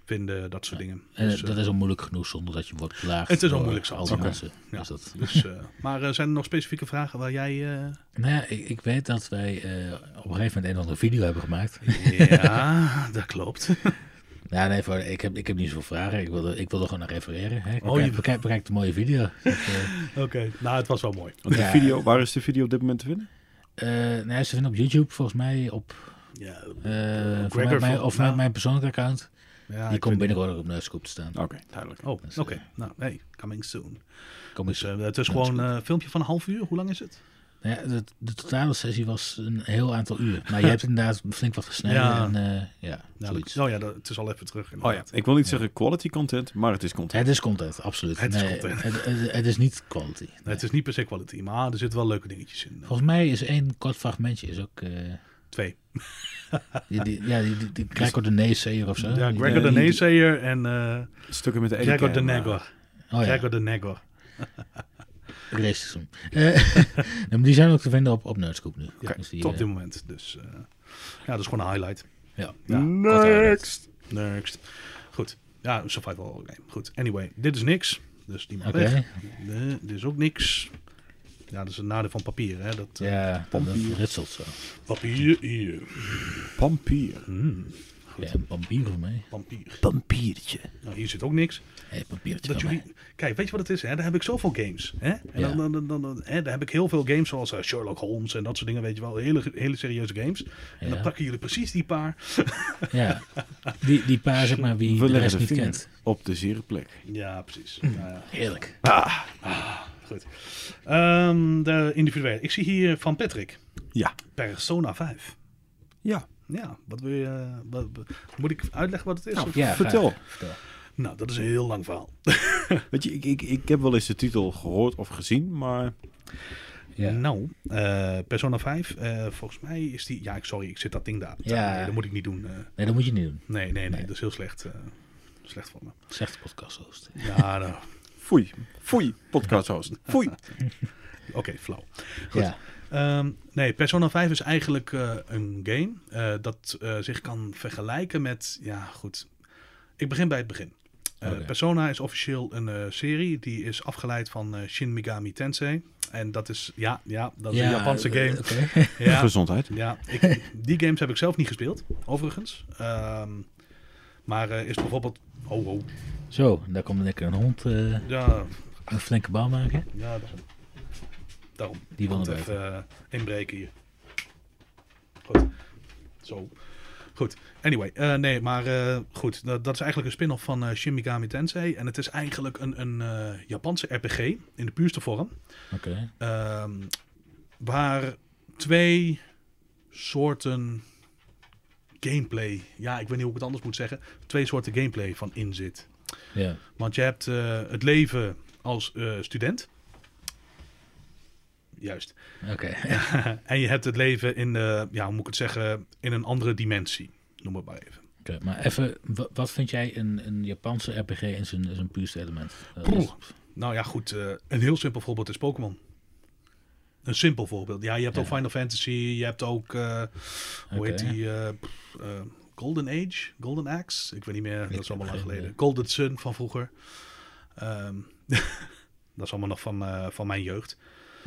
vinden, dat soort dingen. Eh, Dus, eh, dat is al moeilijk genoeg zonder dat je wordt geplaagd. Het is al door moeilijk zo. Al die Oké. mensen. Ja. Dus dat... dus, eh, maar eh, zijn er nog specifieke vragen waar jij... eh, Nou ja, ik, ik weet dat wij eh, op een gegeven moment een of andere video hebben gemaakt. ja, dat klopt. Ja, nee, voor, ik, heb, ik heb niet zoveel vragen. Ik wilde, ik wilde gewoon naar refereren. Hè. Oh, Bekijk, je- bekijk, bekijk de mooie video. Dat, eh, Oké, nou het was wel mooi. Want de Ja. video, waar is de video op dit moment te vinden? eh, nee, ze vinden op YouTube volgens mij op Ja, eh Gregor vanuit mijn, van- of vanuit nou. mijn persoonlijke account. ja, die ik komt weet- binnenkort ook op Neuscoop te staan. Oké, duidelijk. Oh, oké. eh, Nou, hey, coming soon. Kom Dus eens. eh, het is gewoon eh, een filmpje van een half uur. Hoe lang is het? Nou ja, de, de totale sessie was een heel aantal uur. Maar je hebt inderdaad flink wat gesneden. Ja. En, eh, ja, Nou, zoiets. dat- oh ja, dat, het is al even terug. Oh ja, inderdaad. ik wil niet zeggen quality content, maar het is content. Het is content, absoluut. Het is Nee, content. Het, het- het is niet quality. Het is niet per se quality, maar er zitten wel leuke dingetjes in. Volgens mij is één kort fragmentje is ook eh, Twee. Die, die, ja, die, die, die Gregor de Neeseer of zo. Ja, Die- Gregor de die- eh, Neeseyer en eh Stukken met de ene Gregor de kern, maar- Negor. Oh ja, Gregor de Negor. racism. Eh, nee, maar die zijn ook te vinden op, op Nerdscoop nu. Ja, Dus die, tot eh, dit moment. Dus eh, ja, dat is gewoon een highlight. ja. Ja, Next! Next. Goed. Ja, survival horror game. Goed. Anyway, dit is niks. Dus die mag Oké, weg. Eh, dit is ook niks. Ja, dat is een nadeel van papier, hè. Dat, eh, ja, dat ritselt zo. Papier, hier. Pampier. Mm, Ja, een papier voor mij. papier. Pampiertje. Nou, hier zit ook niks. Hey, papiertje Dat van jullie... Kijk, weet je wat het is? Hè? Daar heb ik zoveel games. Hè? En Ja. dan, dan, dan, dan, dan- hè? daar heb ik heel veel games zoals eh, Sherlock Holmes en dat soort dingen. Weet je wel, hele, hele serieuze games. En dan Ja. pakken jullie precies die paar. mij. Ja, die, die paar zeg maar wie We de leggen rest de niet vinger kent. op de zere plek. Ja, precies. Hm. Nou ja, Heerlijk. goed. Ehm, de individuele. Ik zie hier van Patrick. Ja. Persona 5. Ja. Ja, wat wil je... eh, wat- wat- moet ik uitleggen wat het is? Nou, Of- Ja, vertel. graag. Vertel. Nou, dat is een heel lang verhaal. Weet je, ik, ik, ik heb wel eens de titel gehoord of gezien, maar... Ja. Nou, eh, Persona 5, eh, volgens mij is die... Ja, ik- sorry, ik zit dat ding daar. Ja. Nee, dat moet ik niet doen. eh. Nee, dat moet je niet doen. nee, nee, nee, Nee. dat is heel slecht. eh, slecht voor me. Zegt de podcasthost. Ja, nou, Foei. Foei, podcasthost. Foei. oké, flauw. Goed. Ja. Ehm, nee, Persona 5 is eigenlijk eh, een game eh, dat eh, zich kan vergelijken met... Ja, goed. Ik begin bij het begin. Eh, Oké. Persona is officieel een eh, serie die is afgeleid van eh, Shin Megami Tensei. En dat is, ja, ja, dat is ja, een Japanse eh, game. oké. Ja, Gezondheid. Ja, ik, die games heb ik zelf niet gespeeld, overigens. Ehm, maar eh, is bijvoorbeeld... Oh, oh. Zo, daar komt lekker een hond eh, Ja, een flinke bal maken. ja dat- daarom. Die wil Moet naar even buiten. eh, inbreken hier. Goed. Zo. Goed. Anyway, eh, nee, maar eh, goed. Dat, dat is eigenlijk een spin-off van eh Shin Megami Tensei. En het is eigenlijk een, een eh, Japanse RPG in de puurste vorm. Oké. Ehm, waar twee soorten gameplay, ja, ik weet niet hoe ik het anders moet zeggen, twee soorten gameplay van in zit. Ja. Want je hebt eh, het leven als eh, student. Juist. Oké. en je hebt het leven in, eh, ja, hoe moet ik het zeggen, in een andere dimensie. Noem het maar even. Oké, maar even, wa- wat vind jij een, een Japanse RPG in zijn, in zijn puurste element? Eh, Poeh. is- Nou ja, goed. eh, een heel simpel voorbeeld is Pokémon. Een simpel voorbeeld. Ja, je hebt Ja. ook Final Fantasy. Je hebt ook, eh, hoe Oké. heet die? eh, pff, eh, Golden Age? Golden Axe? Ik weet niet meer. dat is allemaal lang geen geleden. idee. Golden Sun van vroeger. Ehm, dat is allemaal nog van, eh, van mijn jeugd.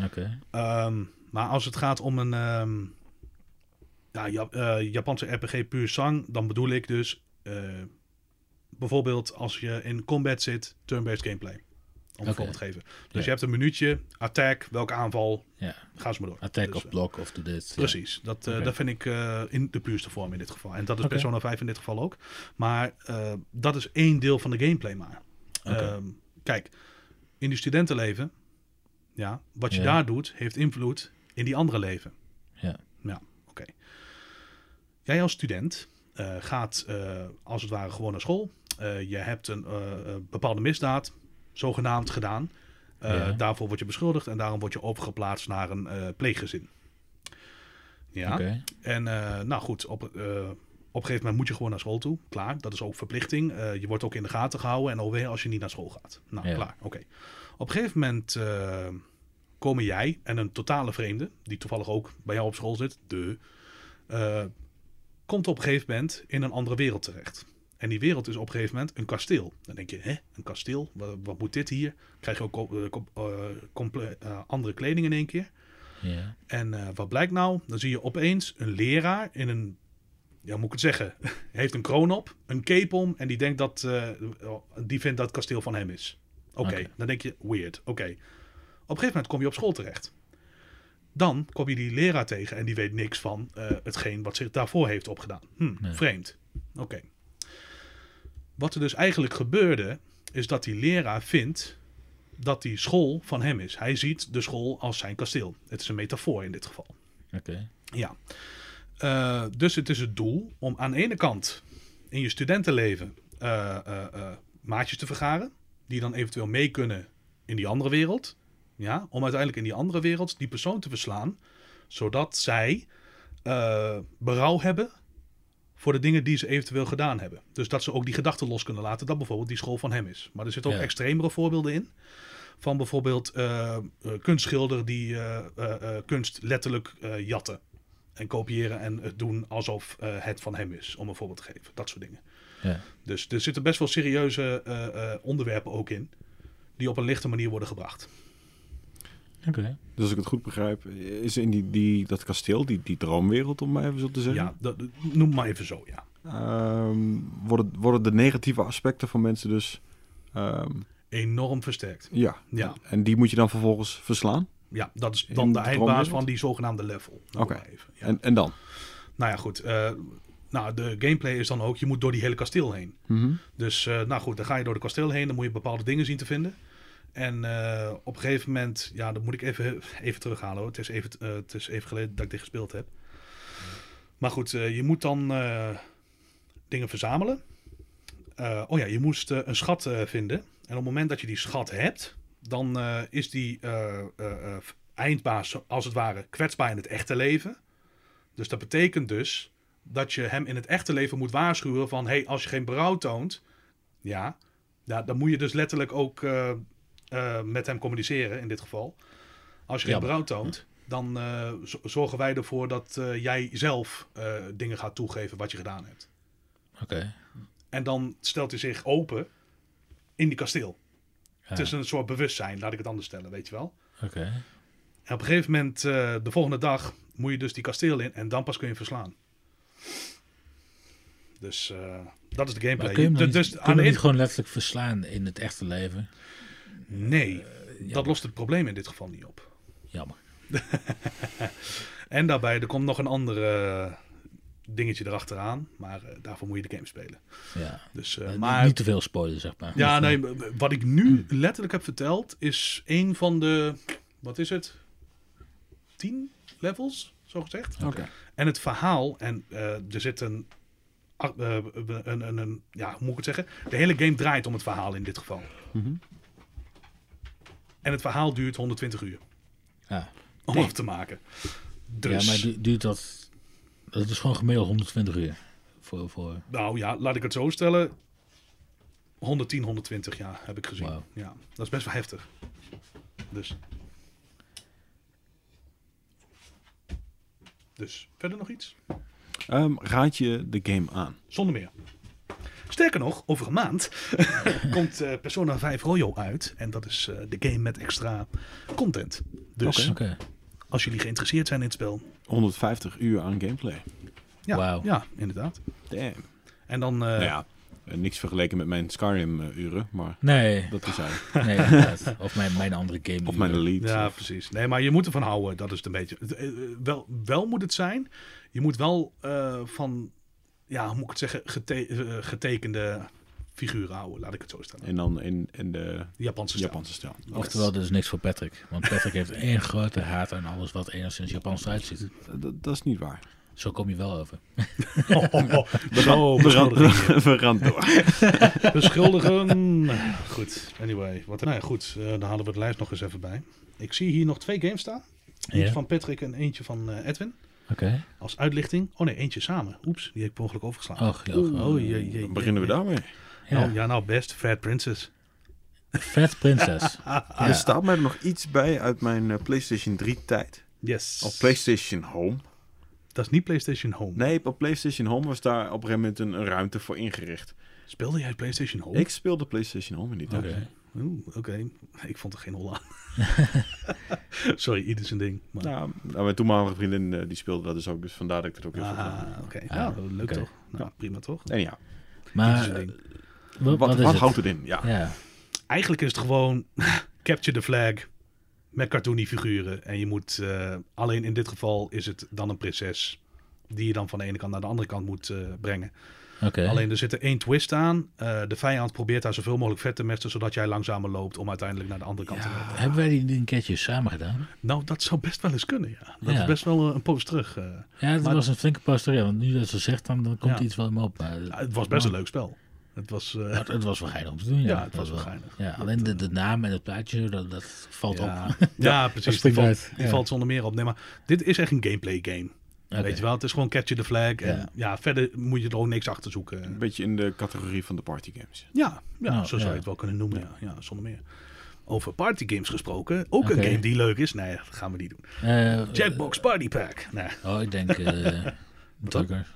Oké. Ehm, maar als het gaat om een ehm, ja, Ja- eh, Japanse RPG puur zang, dan bedoel ik dus eh, bijvoorbeeld als je in combat zit, turn-based gameplay. Om een Oké. voorbeeld te geven. Dus Ja. je hebt een minuutje, attack, welke aanval, Ja. ga ze maar door. Attack Dus, of eh, block of do this. ja. Precies, dat, eh, Oké. dat vind ik eh, in de puurste vorm in dit geval. En dat is Oké. Persona 5 in dit geval ook. Maar eh, dat is één deel van de gameplay maar. Oké. Ehm, kijk, in die studentenleven, ja, wat je Ja. daar doet, heeft invloed in die andere leven. Ja. Ja, oké. Jij als student eh, gaat eh, als het ware gewoon naar school. Eh, je hebt een eh, eh, bepaalde misdaad, zogenaamd gedaan. Eh, Ja. Daarvoor word je beschuldigd en daarom word je opgeplaatst naar een eh, pleeggezin. Ja, Oké. en eh, nou goed, op, eh, op een gegeven moment moet je gewoon naar school toe. Klaar, dat is ook verplichting. Eh, je wordt ook in de gaten gehouden en alweer als je niet naar school gaat. Nou, Ja. klaar, oké. Op een gegeven moment eh, komen jij en een totale vreemde, die toevallig ook bij jou op school zit, de, eh, komt op een gegeven moment in een andere wereld terecht. En die wereld is op een gegeven moment een kasteel. Dan denk je, hè, een kasteel? Wat, wat moet dit hier? Krijg je ook eh, com- eh, comple- eh, andere kleding in één keer? Ja. En eh, wat blijkt nou? Dan zie je opeens een leraar in een. Ja, moet ik het zeggen? Hij heeft een kroon op, een cape om. En die denkt dat. eh, die vindt dat het kasteel van hem is. Oké, Oké. dan denk je, weird. Oké. Op een gegeven moment kom je op school terecht. Dan kom je die leraar tegen en die weet niks van eh, hetgeen wat zich daarvoor heeft opgedaan. Hm, Nee. Vreemd. Oké. Wat er dus eigenlijk gebeurde, is dat die leraar vindt dat die school van hem is. Hij ziet de school als zijn kasteel. Het is een metafoor in dit geval. Oké. Ja. Eh, dus het is het doel om aan de ene kant in je studentenleven eh, eh, eh, maatjes te vergaren. Die dan eventueel mee kunnen in die andere wereld. Ja, om uiteindelijk in die andere wereld die persoon te verslaan. Zodat zij eh, berouw hebben voor de dingen die ze eventueel gedaan hebben. Dus dat ze ook die gedachten los kunnen laten dat bijvoorbeeld die school van hem is. Maar er zitten ook Ja. extremere voorbeelden in. Van bijvoorbeeld eh, eh, kunstschilder die eh, eh, eh, kunst letterlijk eh, jatten en kopiëren en het doen alsof eh, het van hem is, om een voorbeeld te geven. Dat soort dingen. Ja. Dus er zitten best wel serieuze eh, eh, onderwerpen ook in, die op een lichte manier worden gebracht. Oké. Dus als ik het goed begrijp, is in die, die, dat kasteel, die, die droomwereld, om maar even zo te zeggen... Ja, dat, noem maar even zo, ja. ehm, worden, worden de negatieve aspecten van mensen dus... ehm, Enorm versterkt. ja. Ja. En die moet je dan vervolgens verslaan? Ja, dat is In dan de de eindbaas droomwereld? van die zogenaamde level. noem Oké. maar even, Ja. En, en dan? Nou ja, goed. eh, nou, de gameplay is dan ook, je moet door die hele kasteel heen. Dus eh, nou goed, dan ga je door de kasteel heen, dan moet je bepaalde dingen zien te vinden. En eh, op een gegeven moment, ja, dat moet ik even, even terughalen hoor. Het is even, eh, het is even geleden dat ik dit gespeeld heb. Maar goed, eh, je moet dan eh, dingen verzamelen. Eh, oh ja, je moest eh, een schat eh, vinden. En op het moment dat je die schat hebt, dan eh, is die eh, eh, eh, eindbaas als het ware kwetsbaar in het echte leven. Dus dat betekent dus dat je hem in het echte leven moet waarschuwen van... hé, hey, als je geen berouw toont, ja, ja, dan moet je dus letterlijk ook eh, eh, met hem communiceren in dit geval. Als je geen Ja, maar- berouw toont, dan eh, z- zorgen wij ervoor dat eh, jij zelf eh, dingen gaat toegeven wat je gedaan hebt. Oké. En dan stelt hij zich open in die kasteel. Ja, Het is een soort bewustzijn, laat ik het anders stellen, weet je wel. Oké. En op een gegeven moment, eh, de volgende dag, moet je dus die kasteel in en dan pas kun je hem verslaan. Dus eh, dat is de Maar gameplay. kun je hem Dus- dan dus niet, kun je aan de hem niet in- gewoon letterlijk verslaan in het echte leven? Nee, dat jammer. lost het probleem in dit geval niet op. Jammer. En daarbij, er komt nog een ander eh, dingetje erachteraan, maar eh, daarvoor moet je de game spelen. Ja. Dus, eh, Eh, maar... Niet te veel spoilen, zeg maar. Ja, nee, m- m- wat ik nu Hmm. letterlijk heb verteld is een van de, wat is het, tien levels, zo gezegd. Oké. En het verhaal, en eh, er zit een, ah, eh, een, een, een, ja, hoe moet ik het zeggen? De hele game draait om het verhaal in dit geval. Mhm. En het verhaal duurt 120 uur Ja. om Nee. af te maken. Dus, Ja, maar du- duurt dat... Dat is gewoon gemiddeld 120 uur. Voor... voor nou ja, laat ik het zo stellen. 110, 120 ja, heb ik gezien. Wauw. Ja, dat is best wel heftig. Dus. Dus, verder nog iets? Ehm, raad je de game aan? Zonder meer. Sterker nog, over een maand komt eh, Persona 5 Royal uit. En dat is eh, de game met extra content. Dus Oké. als jullie geïnteresseerd zijn in het spel. 150 uur aan gameplay. Ja, Wauw. ja inderdaad. Damn. En dan, eh, nou ja, eh, niks vergeleken met mijn Skyrim-uren, maar Nee, dat is hij. nee inderdaad. Of mijn, mijn andere game. Of mijn Elite. Ja, eh. precies. Nee, maar je moet ervan houden. Dat is het een beetje. het, eh, eh, Wel, wel moet het zijn. Je moet wel eh, van, ja, hoe moet ik het zeggen, gete- eh, getekende figuren houden. Laat ik het zo stellen. En dan in, in de De Japanse stijl. Japanse stijl. Oftewel, dat is niks voor Patrick. Want Patrick heeft één grote haat aan alles wat enigszins Japans uitziet. Dat, dat is niet waar. Zo kom je wel over. Oh, oh, oh. Zo, We gaan- beschuldiging. we gaan door. Beschuldigen. Goed, anyway. Wat, nou ja, goed, eh, dan halen we de lijst nog eens even bij. Ik zie hier nog twee games staan. Eentje Ja. van Patrick en eentje van eh, Edwin. Oké. Als uitlichting. Oh nee, eentje samen. Oeps, die heb ik per ongeluk overgeslagen. Och, joh. oh, jee, jee, Dan beginnen we jee. daarmee. Oh, Ja. Nou, ja, nou best. Fat Princess. Vet Princess. Ah, Ja. Dus- Er staat mij er nog iets bij uit mijn eh, PlayStation 3-tijd. Yes. Op PlayStation Home. Dat is niet PlayStation Home. Oh, Nee, op PlayStation Home was daar op een gegeven moment een, een ruimte voor ingericht. Speelde jij PlayStation Home? Ik speelde PlayStation Home in die tijd. Oké. Oeh, Oké, ik vond er geen hol aan. Sorry, ieder zijn ding. Maar... Nou, nou, mijn toenmalige vriendin eh, die speelde dat dus ook, dus vandaar dat ik het ook heel veel gedaan Ah, oké. Ah, Nou, leuk oké. toch? Nou, prima toch? En ja, Maar Ieder zijn ding. eh, wat, wat, wat, wat is het? houdt het in? Ja. Ja. Eigenlijk is het gewoon capture the flag met cartoony figuren. En je moet, eh, alleen in dit geval is het dan een prinses. Die je dan van de ene kant naar de andere kant moet eh, brengen. Oké. Alleen er zit er één twist aan. Eh, de vijand probeert daar zoveel mogelijk vet te mesten. Zodat jij langzamer loopt om uiteindelijk naar de andere kant te lopen. Hebben wij die nu een keertje samen gedaan? Nou, dat zou best wel eens kunnen, ja. Dat Ja. is best wel eh, een poos terug. eh. Ja, dat Maar- was een flinke poster. Ja, want nu dat ze zegt, dan, dan komt Ja. iets wel in me op. Maar, Ja, Nou, het was best een leuk spel. Het was, eh, Ja, Het, het was wel geinig om te doen. Ja, ja, het Dat was wel wel. geinig. eh, Ja, alleen de, de naam en het plaatje, dat, dat valt op. Ja, ja, precies. Die, springt valt, uit. die Ja. valt zonder meer op. Nee, maar dit is echt een gameplay game. Oké. Weet je wel, het is gewoon capture the flag. En ja. Ja. verder moet je er ook niks achter zoeken. Een beetje in de categorie van de party games. Ja, ja zo Nou, zou ja. je het wel kunnen noemen. Ja. Ja, zonder meer. Over partygames gesproken. Ook Oké. een game die leuk is. Nee, dat gaan we niet doen. Eh, Jackbox Party Pack. Nee, eh, oh, ik denk... eh Drukker.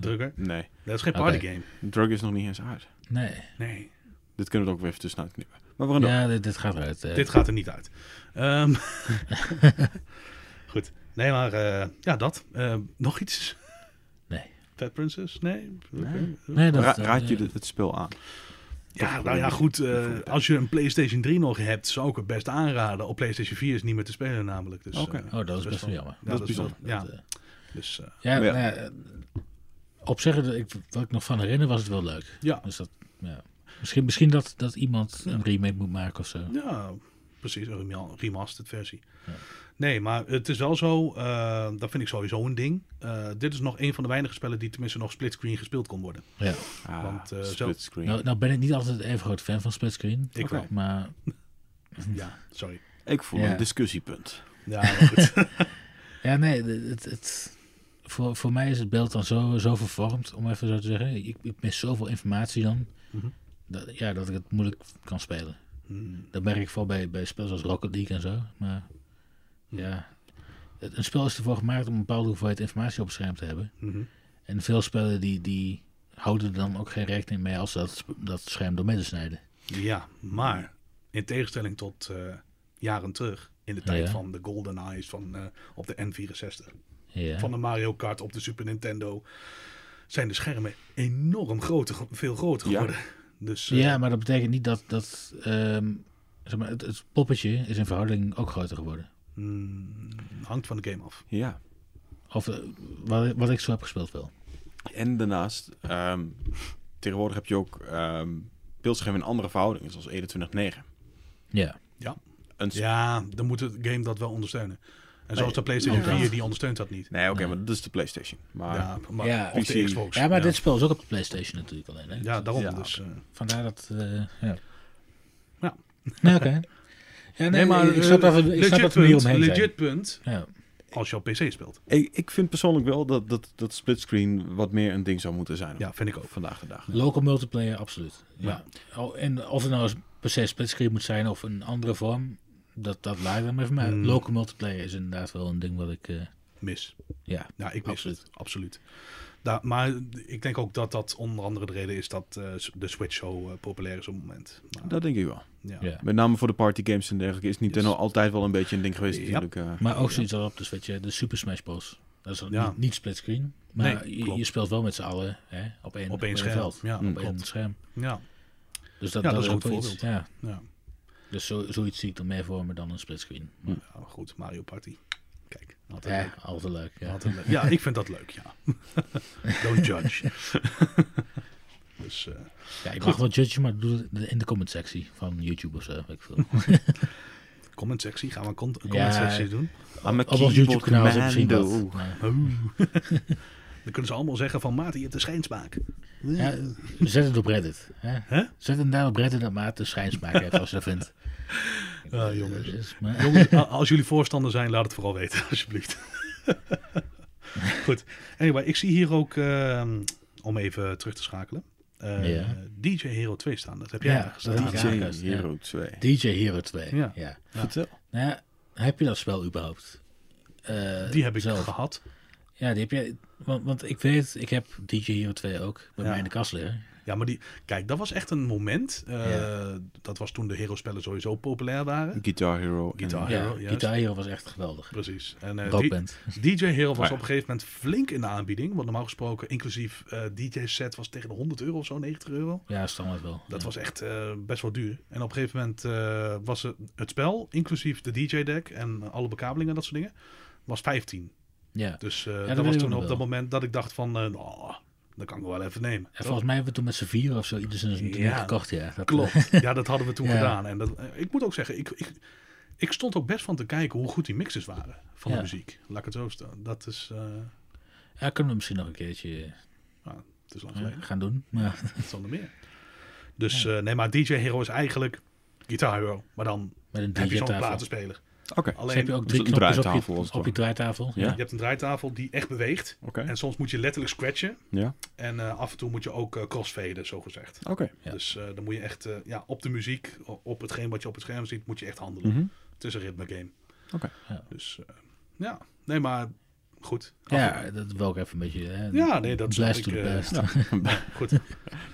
drukker. Nee, Dat is geen Oké. partygame. Drug is nog niet eens uit. Nee. Nee, Dit kunnen we er ook weer even tussenuit knippen. Maar we gaan door. Ja, dit, dit gaat eruit. eh. dit gaat er niet uit. Ehm, goed. Nee, maar eh, ja, dat. Ehm, nog iets? Nee. Fat Princess? Nee? Oké. Nee, dat, Ra- eh, raad je dit- het spel aan? Ja, nou ja, goed. eh, als je een PlayStation 3 nog hebt, zou ik het best aanraden. Op PlayStation 4 is niet meer te spelen namelijk. Dus, Oké. eh, Oh, dat is best wel wel- jammer. ja, Dat is wel- bijzonder. Ja, Dat, eh, dus... eh, ja, Ja. nou ja, eh, op zich, dat ik, wat ik nog van herinner, was het wel leuk. Ja. Dus dat, ja. Misschien, misschien dat, dat iemand een remake moet maken of zo. Ja, precies. Een rema- remastered versie. Nee, maar het is wel zo. eh, dat vind ik sowieso een ding. Eh, dit is nog een van de weinige spellen die tenminste nog splitscreen gespeeld kon worden. Ja. Ah, Want, eh, split screen. Nou, nou ben ik niet altijd even groot fan van splitscreen. Ik Oké. wel. Maar Mhm. Ja, sorry. Ik voel Ja. een discussiepunt. Ja, maar goed. ja, nee, het, het, het- voor, voor mij is het beeld dan zo, zo vervormd, om even zo te zeggen. Ik, ik mis zoveel informatie dan, Mhm. dat, ja, dat ik het moeilijk kan spelen. Hmm, Dat merk ik vooral bij, bij spels als Rocket League en zo. Maar Hmm. ja, het- een spel is ervoor gemaakt om een bepaalde hoeveelheid informatie op het scherm te hebben. mhm. En veel spellen die, die houden er dan ook geen rekening mee als ze dat, sp- dat scherm door midden snijden. ja, maar in tegenstelling tot eh, jaren terug. In de tijd Ja. van de Golden Eyes van, eh, op de N64. Ja. Van de Mario Kart op de Super Nintendo. Zijn de schermen enorm groter, ge- veel groter Ja. geworden. Dus eh, ja, maar dat betekent niet dat, dat ehm, zeg maar, het, het poppetje is in verhouding ook groter geworden. hmm, hangt van de game af. Ja. Of eh, wat, wat ik zo heb gespeeld wel. En daarnaast, ehm, tegenwoordig heb je ook ehm beeldschermen in andere verhoudingen, zoals 21.9. Ja. Een Dus- sp- Ja, dan moet het game dat wel ondersteunen. En zoals Nee, de PlayStation ook dat. 4, die ondersteunt dat niet. Nee, oké, Nee. maar dat is de PlayStation. Maar ja, maar, Ja. of de PC. Xbox. ja, maar dit spel is ook op de Playstation natuurlijk alleen. Hè? Ja, daarom. Ja, dus, eh, Vandaar dat... eh, ja. Ja. Nee, oké. Ja, nee, maar ik snap eh, dat, we- ik snap legit dat we hier punt, omheen zijn. Legit punt, Ja. als je op PC speelt. ik, ik vind persoonlijk wel dat, dat, dat splitscreen wat meer een ding zou moeten zijn. Ja, vind ik ook. Vandaag de dag. Local multiplayer, absoluut. Ja. Ja. Oh, en of het nou eens per se splitscreen moet zijn of een andere vorm, dat, dat laat ik dan even. Maar Hmm. local multiplayer is inderdaad wel een ding wat ik... eh, Mis. ja. Ja, ik mis Absoluut. het. Absoluut. Da- maar ik denk ook dat dat onder andere de reden is dat eh, de Switch zo eh, populair is op het moment. Maar, Dat denk ik wel. ja. ja. Met name voor de partygames en dergelijke is Nintendo altijd wel een beetje een ding geweest Ja. natuurlijk. eh. Maar ook zoiets als op de Switch, hè, de Super Smash Bros. Dat is dan Ja. niet, niet splitscreen, maar Nee, je, klopt. je speelt wel met z'n allen hè, op één, Op één scherm. veld. Ja, Mm. Op één klopt. scherm. Ja, Dus dat, Ja, dat dat, is is ook een wel goed iets. Ja. ja. Dus zo, zoiets zie ik dan meer voor me dan een splitscreen. Maar, ja, goed. Mario Party. Kijk, altijd ja, leuk. altijd leuk. Ja. Altijd leuk. Ja, ik vind dat leuk, ja. Don't judge. dus, eh, Ja, ik mag wel judgen, maar doe het in de comment sectie van YouTube of zo. Weet ik veel. comment sectie. Gaan we een con- comment Ja. sectie doen? I'm a Op ons YouTube kanaal is keyboard misschien dat. commando. Maar- Dan kunnen ze allemaal zeggen van Maarten, je hebt een schijnsmaak. Ja, zet het op Reddit. Hè? Hè? Zet hem daar op Reddit dat Maarten een schijnsmaak heeft als je dat vindt. Ah, jongens. Dat is- maar- Jongens, a- als jullie voorstander zijn, laat het vooral weten, alsjeblieft. Goed. Anyway, ik zie hier ook, ehm, om even terug te schakelen, eh, Ja. DJ Hero 2 staan. Dat heb jij Ja, gezegd. dat- DJ Ja. Hero 2. DJ Hero 2. Ja. Ja. Vertel. Nou ja, heb je dat spel überhaupt? Eh, Die heb ik zelf. gehad. Ja, die heb jij. Want, want ik weet, ik heb DJ Hero 2 ook bij Ja. mij in de kast liggen. Ja, maar die, kijk, dat was echt een moment. eh, Ja. Dat was toen de Hero-spellen sowieso populair waren. Guitar Hero. en- Guitar. Ah, ja, Hero, juist. Guitar Hero was echt geweldig. Precies. En eh, die- Rockband. DJ Hero was ja. op een gegeven moment flink in de aanbieding. Want normaal gesproken, inclusief eh, DJ-set, was tegen de 100 euro of zo, 90 euro. Ja, standaard wel. Dat Ja. was echt eh, best wel duur. En op een gegeven moment eh, was het, het spel, inclusief de DJ-deck en alle bekabelingen en dat soort dingen, was 15. Ja. Dus eh, dat dat was weet ik toen nog op dat wel. moment dat ik dacht van, eh nou, dat kan ik wel even nemen. En volgens mij hebben we toen met z'n vier of zo ieders een ding Ja. gekocht. Ja, dat, Klopt. Ja, dat hadden we toen Ja. gedaan. En dat, eh, ik moet ook zeggen, ik, ik, ik stond ook best van te kijken hoe goed die mixes waren van de Ja. muziek. Laat ik het zo staan. Dat is, eh, Ja, kunnen we misschien nog een keertje eh, nou, het is lang geleden. gaan doen. Maar Zonder meer. Dus eh, nee, maar DJ Hero is eigenlijk Guitar Hero, maar dan met een heb je zo'n DJ-tafel. platenspeler. Oké. Dus Alleen, heb je ook Dus drie een knopjes op draaitafel, als het je, op je ware. draaitafel. Ja. Ja. je hebt een draaitafel die echt beweegt. Oké. En soms moet je letterlijk scratchen. Ja. En eh, af en toe moet je ook eh, crossfaden, zogezegd. Oké. Ja. Dus eh, dan moet je echt eh, ja, op de muziek, o- op hetgeen wat je op het scherm ziet, moet je echt handelen. Mhm. Het is een ritme game. Oké. Ja. Dus eh, ja, nee, maar goed. Ja, dat wil ik even een beetje... Hè, Ja, nee, dat snap Blast ik. to the eh, best. ja. Goed.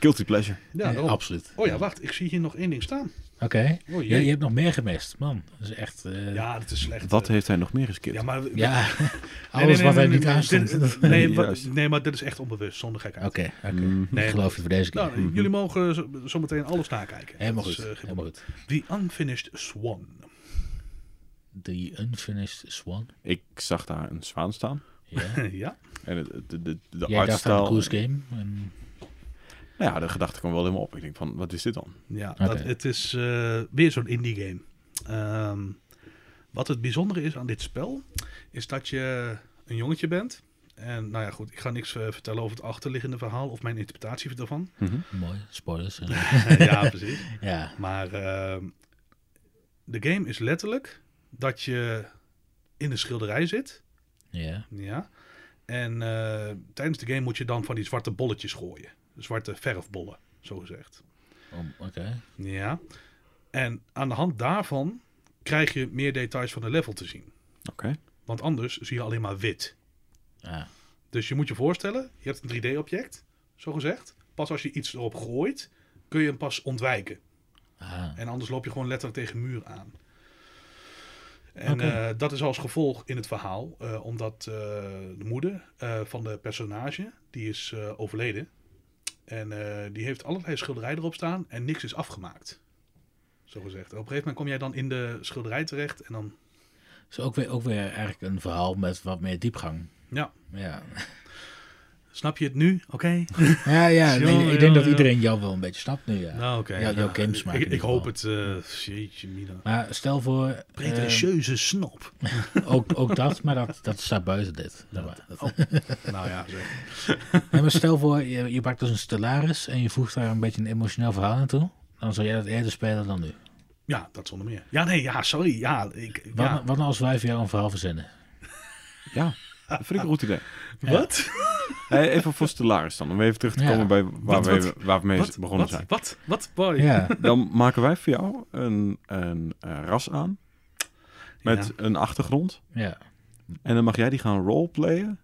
Guilty pleasure. Ja, daarom. absoluut. Oh ja, wacht. Ik zie hier nog één ding staan. Oké. Oh, Ja, jee. je hebt nog meer gemist, man. Dat is echt... eh, Ja, dat is slecht. Wat Eh, heeft hij nog meer geskipt? Ja, maar... Nee, ja. nee, alles nee, nee, wat hij nee, niet nee, aanstond. dit- Oké, Nee, wat- Juist. nee, maar dit is echt onbewust, zonder gekheid. oké. Mm. Nee. Ik geloof je voor deze keer. Nou, nee, jullie mogen zo- zometeen alles nakijken. Mhm. helemaal Dat goed. is, eh, geen helemaal goed. probleem. The Unfinished Swan. The Unfinished Swan. Ik zag daar een zwaan staan. Ja. ja, En het- het- de, de, de Jij dacht aan een artstijl... cruise game. En, Nou ja, de gedachte kwam wel helemaal op. Ik denk van, wat is dit dan? ja Oké. dat, het is eh, weer zo'n indie game. Ehm, wat het bijzondere is aan dit spel, is dat je een jongetje bent. En nou ja, goed, ik ga niks eh, vertellen over het achterliggende verhaal of mijn interpretatie daarvan. mooi, spoilers. En, ja, precies. ja, Maar ehm, de game is letterlijk dat je in een schilderij zit. ja. Ja. En eh, tijdens de game moet je dan van die zwarte bolletjes gooien. Zwarte verfbollen, zogezegd. Om- Oh, Oké. Ja. En aan de hand daarvan krijg je meer details van de level te zien. Oké. Want anders zie je alleen maar wit. Ah, Dus je moet je voorstellen, je hebt een 3D-object, zogezegd. Pas als je iets erop gooit, kun je hem pas ontwijken. ah, En anders loop je gewoon letterlijk tegen een muur aan. En Oké. eh, dat is als gevolg in het verhaal, eh, omdat eh, de moeder eh, van de personage, die is eh, overleden. En eh, die heeft allerlei schilderijen erop staan en niks is afgemaakt. Zo gezegd. Op een gegeven moment kom jij dan in de schilderij terecht en dan... Dus ook weer, ook weer eigenlijk een verhaal met wat meer diepgang. Ja, Ja, snap je het nu? Oké. ja, ja Zo, ik, ik ja, denk dat ja. iedereen jou wel een beetje snapt nu. Ja. Nou, oké. Ja, jouw games maken Ik, ik in ieder hoop geval. het. eh jeetje, Mina. Maar stel voor, eh, Pretentieuze snop. ook, ook dat, maar dat, dat staat buiten dit. Ja, maar, dat- nou ja, zeg. Nee, maar stel voor, je, je pakt dus een Stellaris en je voegt daar een beetje een emotioneel verhaal aan toe. Dan zou jij dat eerder spelen dan nu. ja, dat zonder meer. Ja, nee, ja, sorry. Ja, ik, Wat, ja. wat nou als wij voor jou een verhaal verzinnen? Ja, dat vind ik een goed idee. Wat? Hey, even voor Stellaris dan. Om even terug te Ja. komen bij waar, Wat, we, waar we mee begonnen wat, zijn. Wat? Wat? Boy. Ja, Dan maken wij voor jou een, een eh, ras aan. Met Ja. een achtergrond. ja, En dan mag jij die gaan roleplayen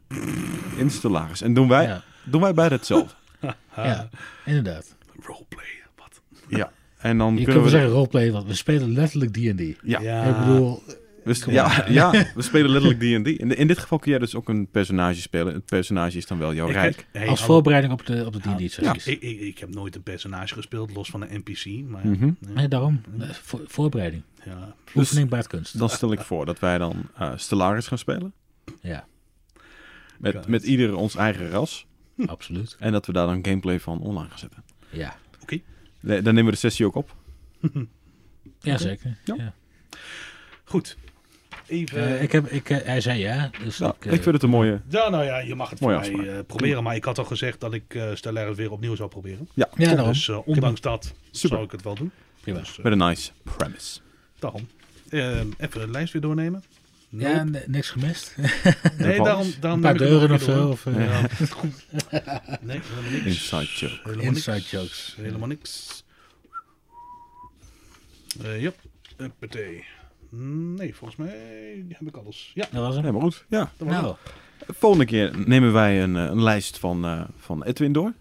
in Stellaris. En doen wij, ja, doen wij beide hetzelfde. Ha, ja, inderdaad. Roleplay. Wat? ja. En dan Je kunt kunnen wel we... zeggen roleplay, want we spelen letterlijk D&D. Ja. Ik bedoel, we s- ja, ja, we spelen letterlijk D&D. In, in dit geval kun jij dus ook een personage spelen. Het personage is dan wel jouw Ik rijk. heb- hey, als hallo. voorbereiding op de, op de Ja. D&D-sessies. Ik, ik, ik heb nooit een personage gespeeld, los van een NPC. Maar Mhm. Nee, daarom. Eh, voor- voorbereiding. ja, Oefening baart kunst. Dan stel ik voor dat wij dan eh, Stellaris gaan spelen. Ja, Met, God. met ieder ons eigen ras. absoluut. En dat we daar dan gameplay van online gaan zetten. Ja, oké. Nee, Dan nemen we de sessie ook op. ja zeker. Ja. Ja. Goed. Even... Eh, ik heb, ik, eh, hij zei ja, dus Nou, ik, eh, ik vind het een mooie... ja, nou ja, je mag het voor Mooie mij afspraak. eh, proberen. Maar ik had al gezegd dat ik eh Stellaris weer opnieuw zou proberen. ja, daarom. Dus eh, ondanks dat Super. zou ik het wel doen. Prima. Dus, eh, Met een nice premise. daarom. Ehm, even de lijst weer doornemen. Nope. Ja, n- niks gemist. nee, daarom, wel. daarom Een paar neem ik het deuren nog of weer zo. door. Of, eh, Ja. nee, helemaal niks. Inside joke. Helemaal Inside niks. jokes. Helemaal niks. Eh yep. Uppatee. Nee, volgens mij heb ik alles. Ja, Dat was hem. Nee, maar goed. Ja. dat was Nou, Volgende keer nemen wij een, eh, een lijst van, eh, van Edwin door.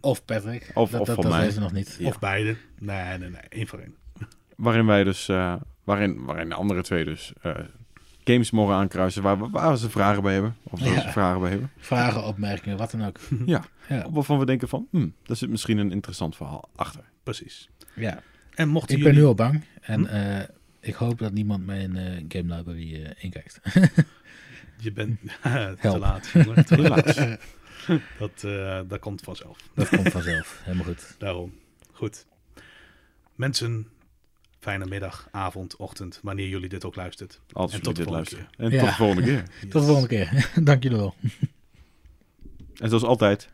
of Patrick. Of- dat, of dat, van dat mij. weten we nog niet. het. Of beide. Nee, nee, nee. Eén voor één. Waarin wij dus... eh, waarin, waarin de andere twee dus eh, games mogen aankruisen. Waar, waar ze vragen bij hebben. Of waar Ja. ze vragen bij hebben. Vragen, opmerkingen, wat dan ook. Ja. Ja. Waarvan we denken van... Hm, daar zit misschien een interessant verhaal achter. Precies. ja. En mochten Ik ben nu jullie... al bang. En eh, ik hoop dat niemand mijn eh, game library eh, inkijkt. Je bent te Help. laat. jongen. Te laat. Helaas. Dat, eh, dat komt vanzelf. dat komt vanzelf. Helemaal goed. Daarom. Goed. Mensen, fijne middag, avond, ochtend, wanneer jullie dit ook luistert. Als En jullie tot de volgende dit luisteren. En Ja. tot de volgende keer. Tot de volgende keer. Dank jullie wel. En zoals altijd...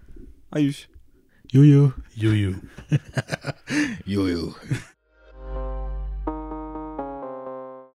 Adios. Joejoe. Joejoe. Joejoe.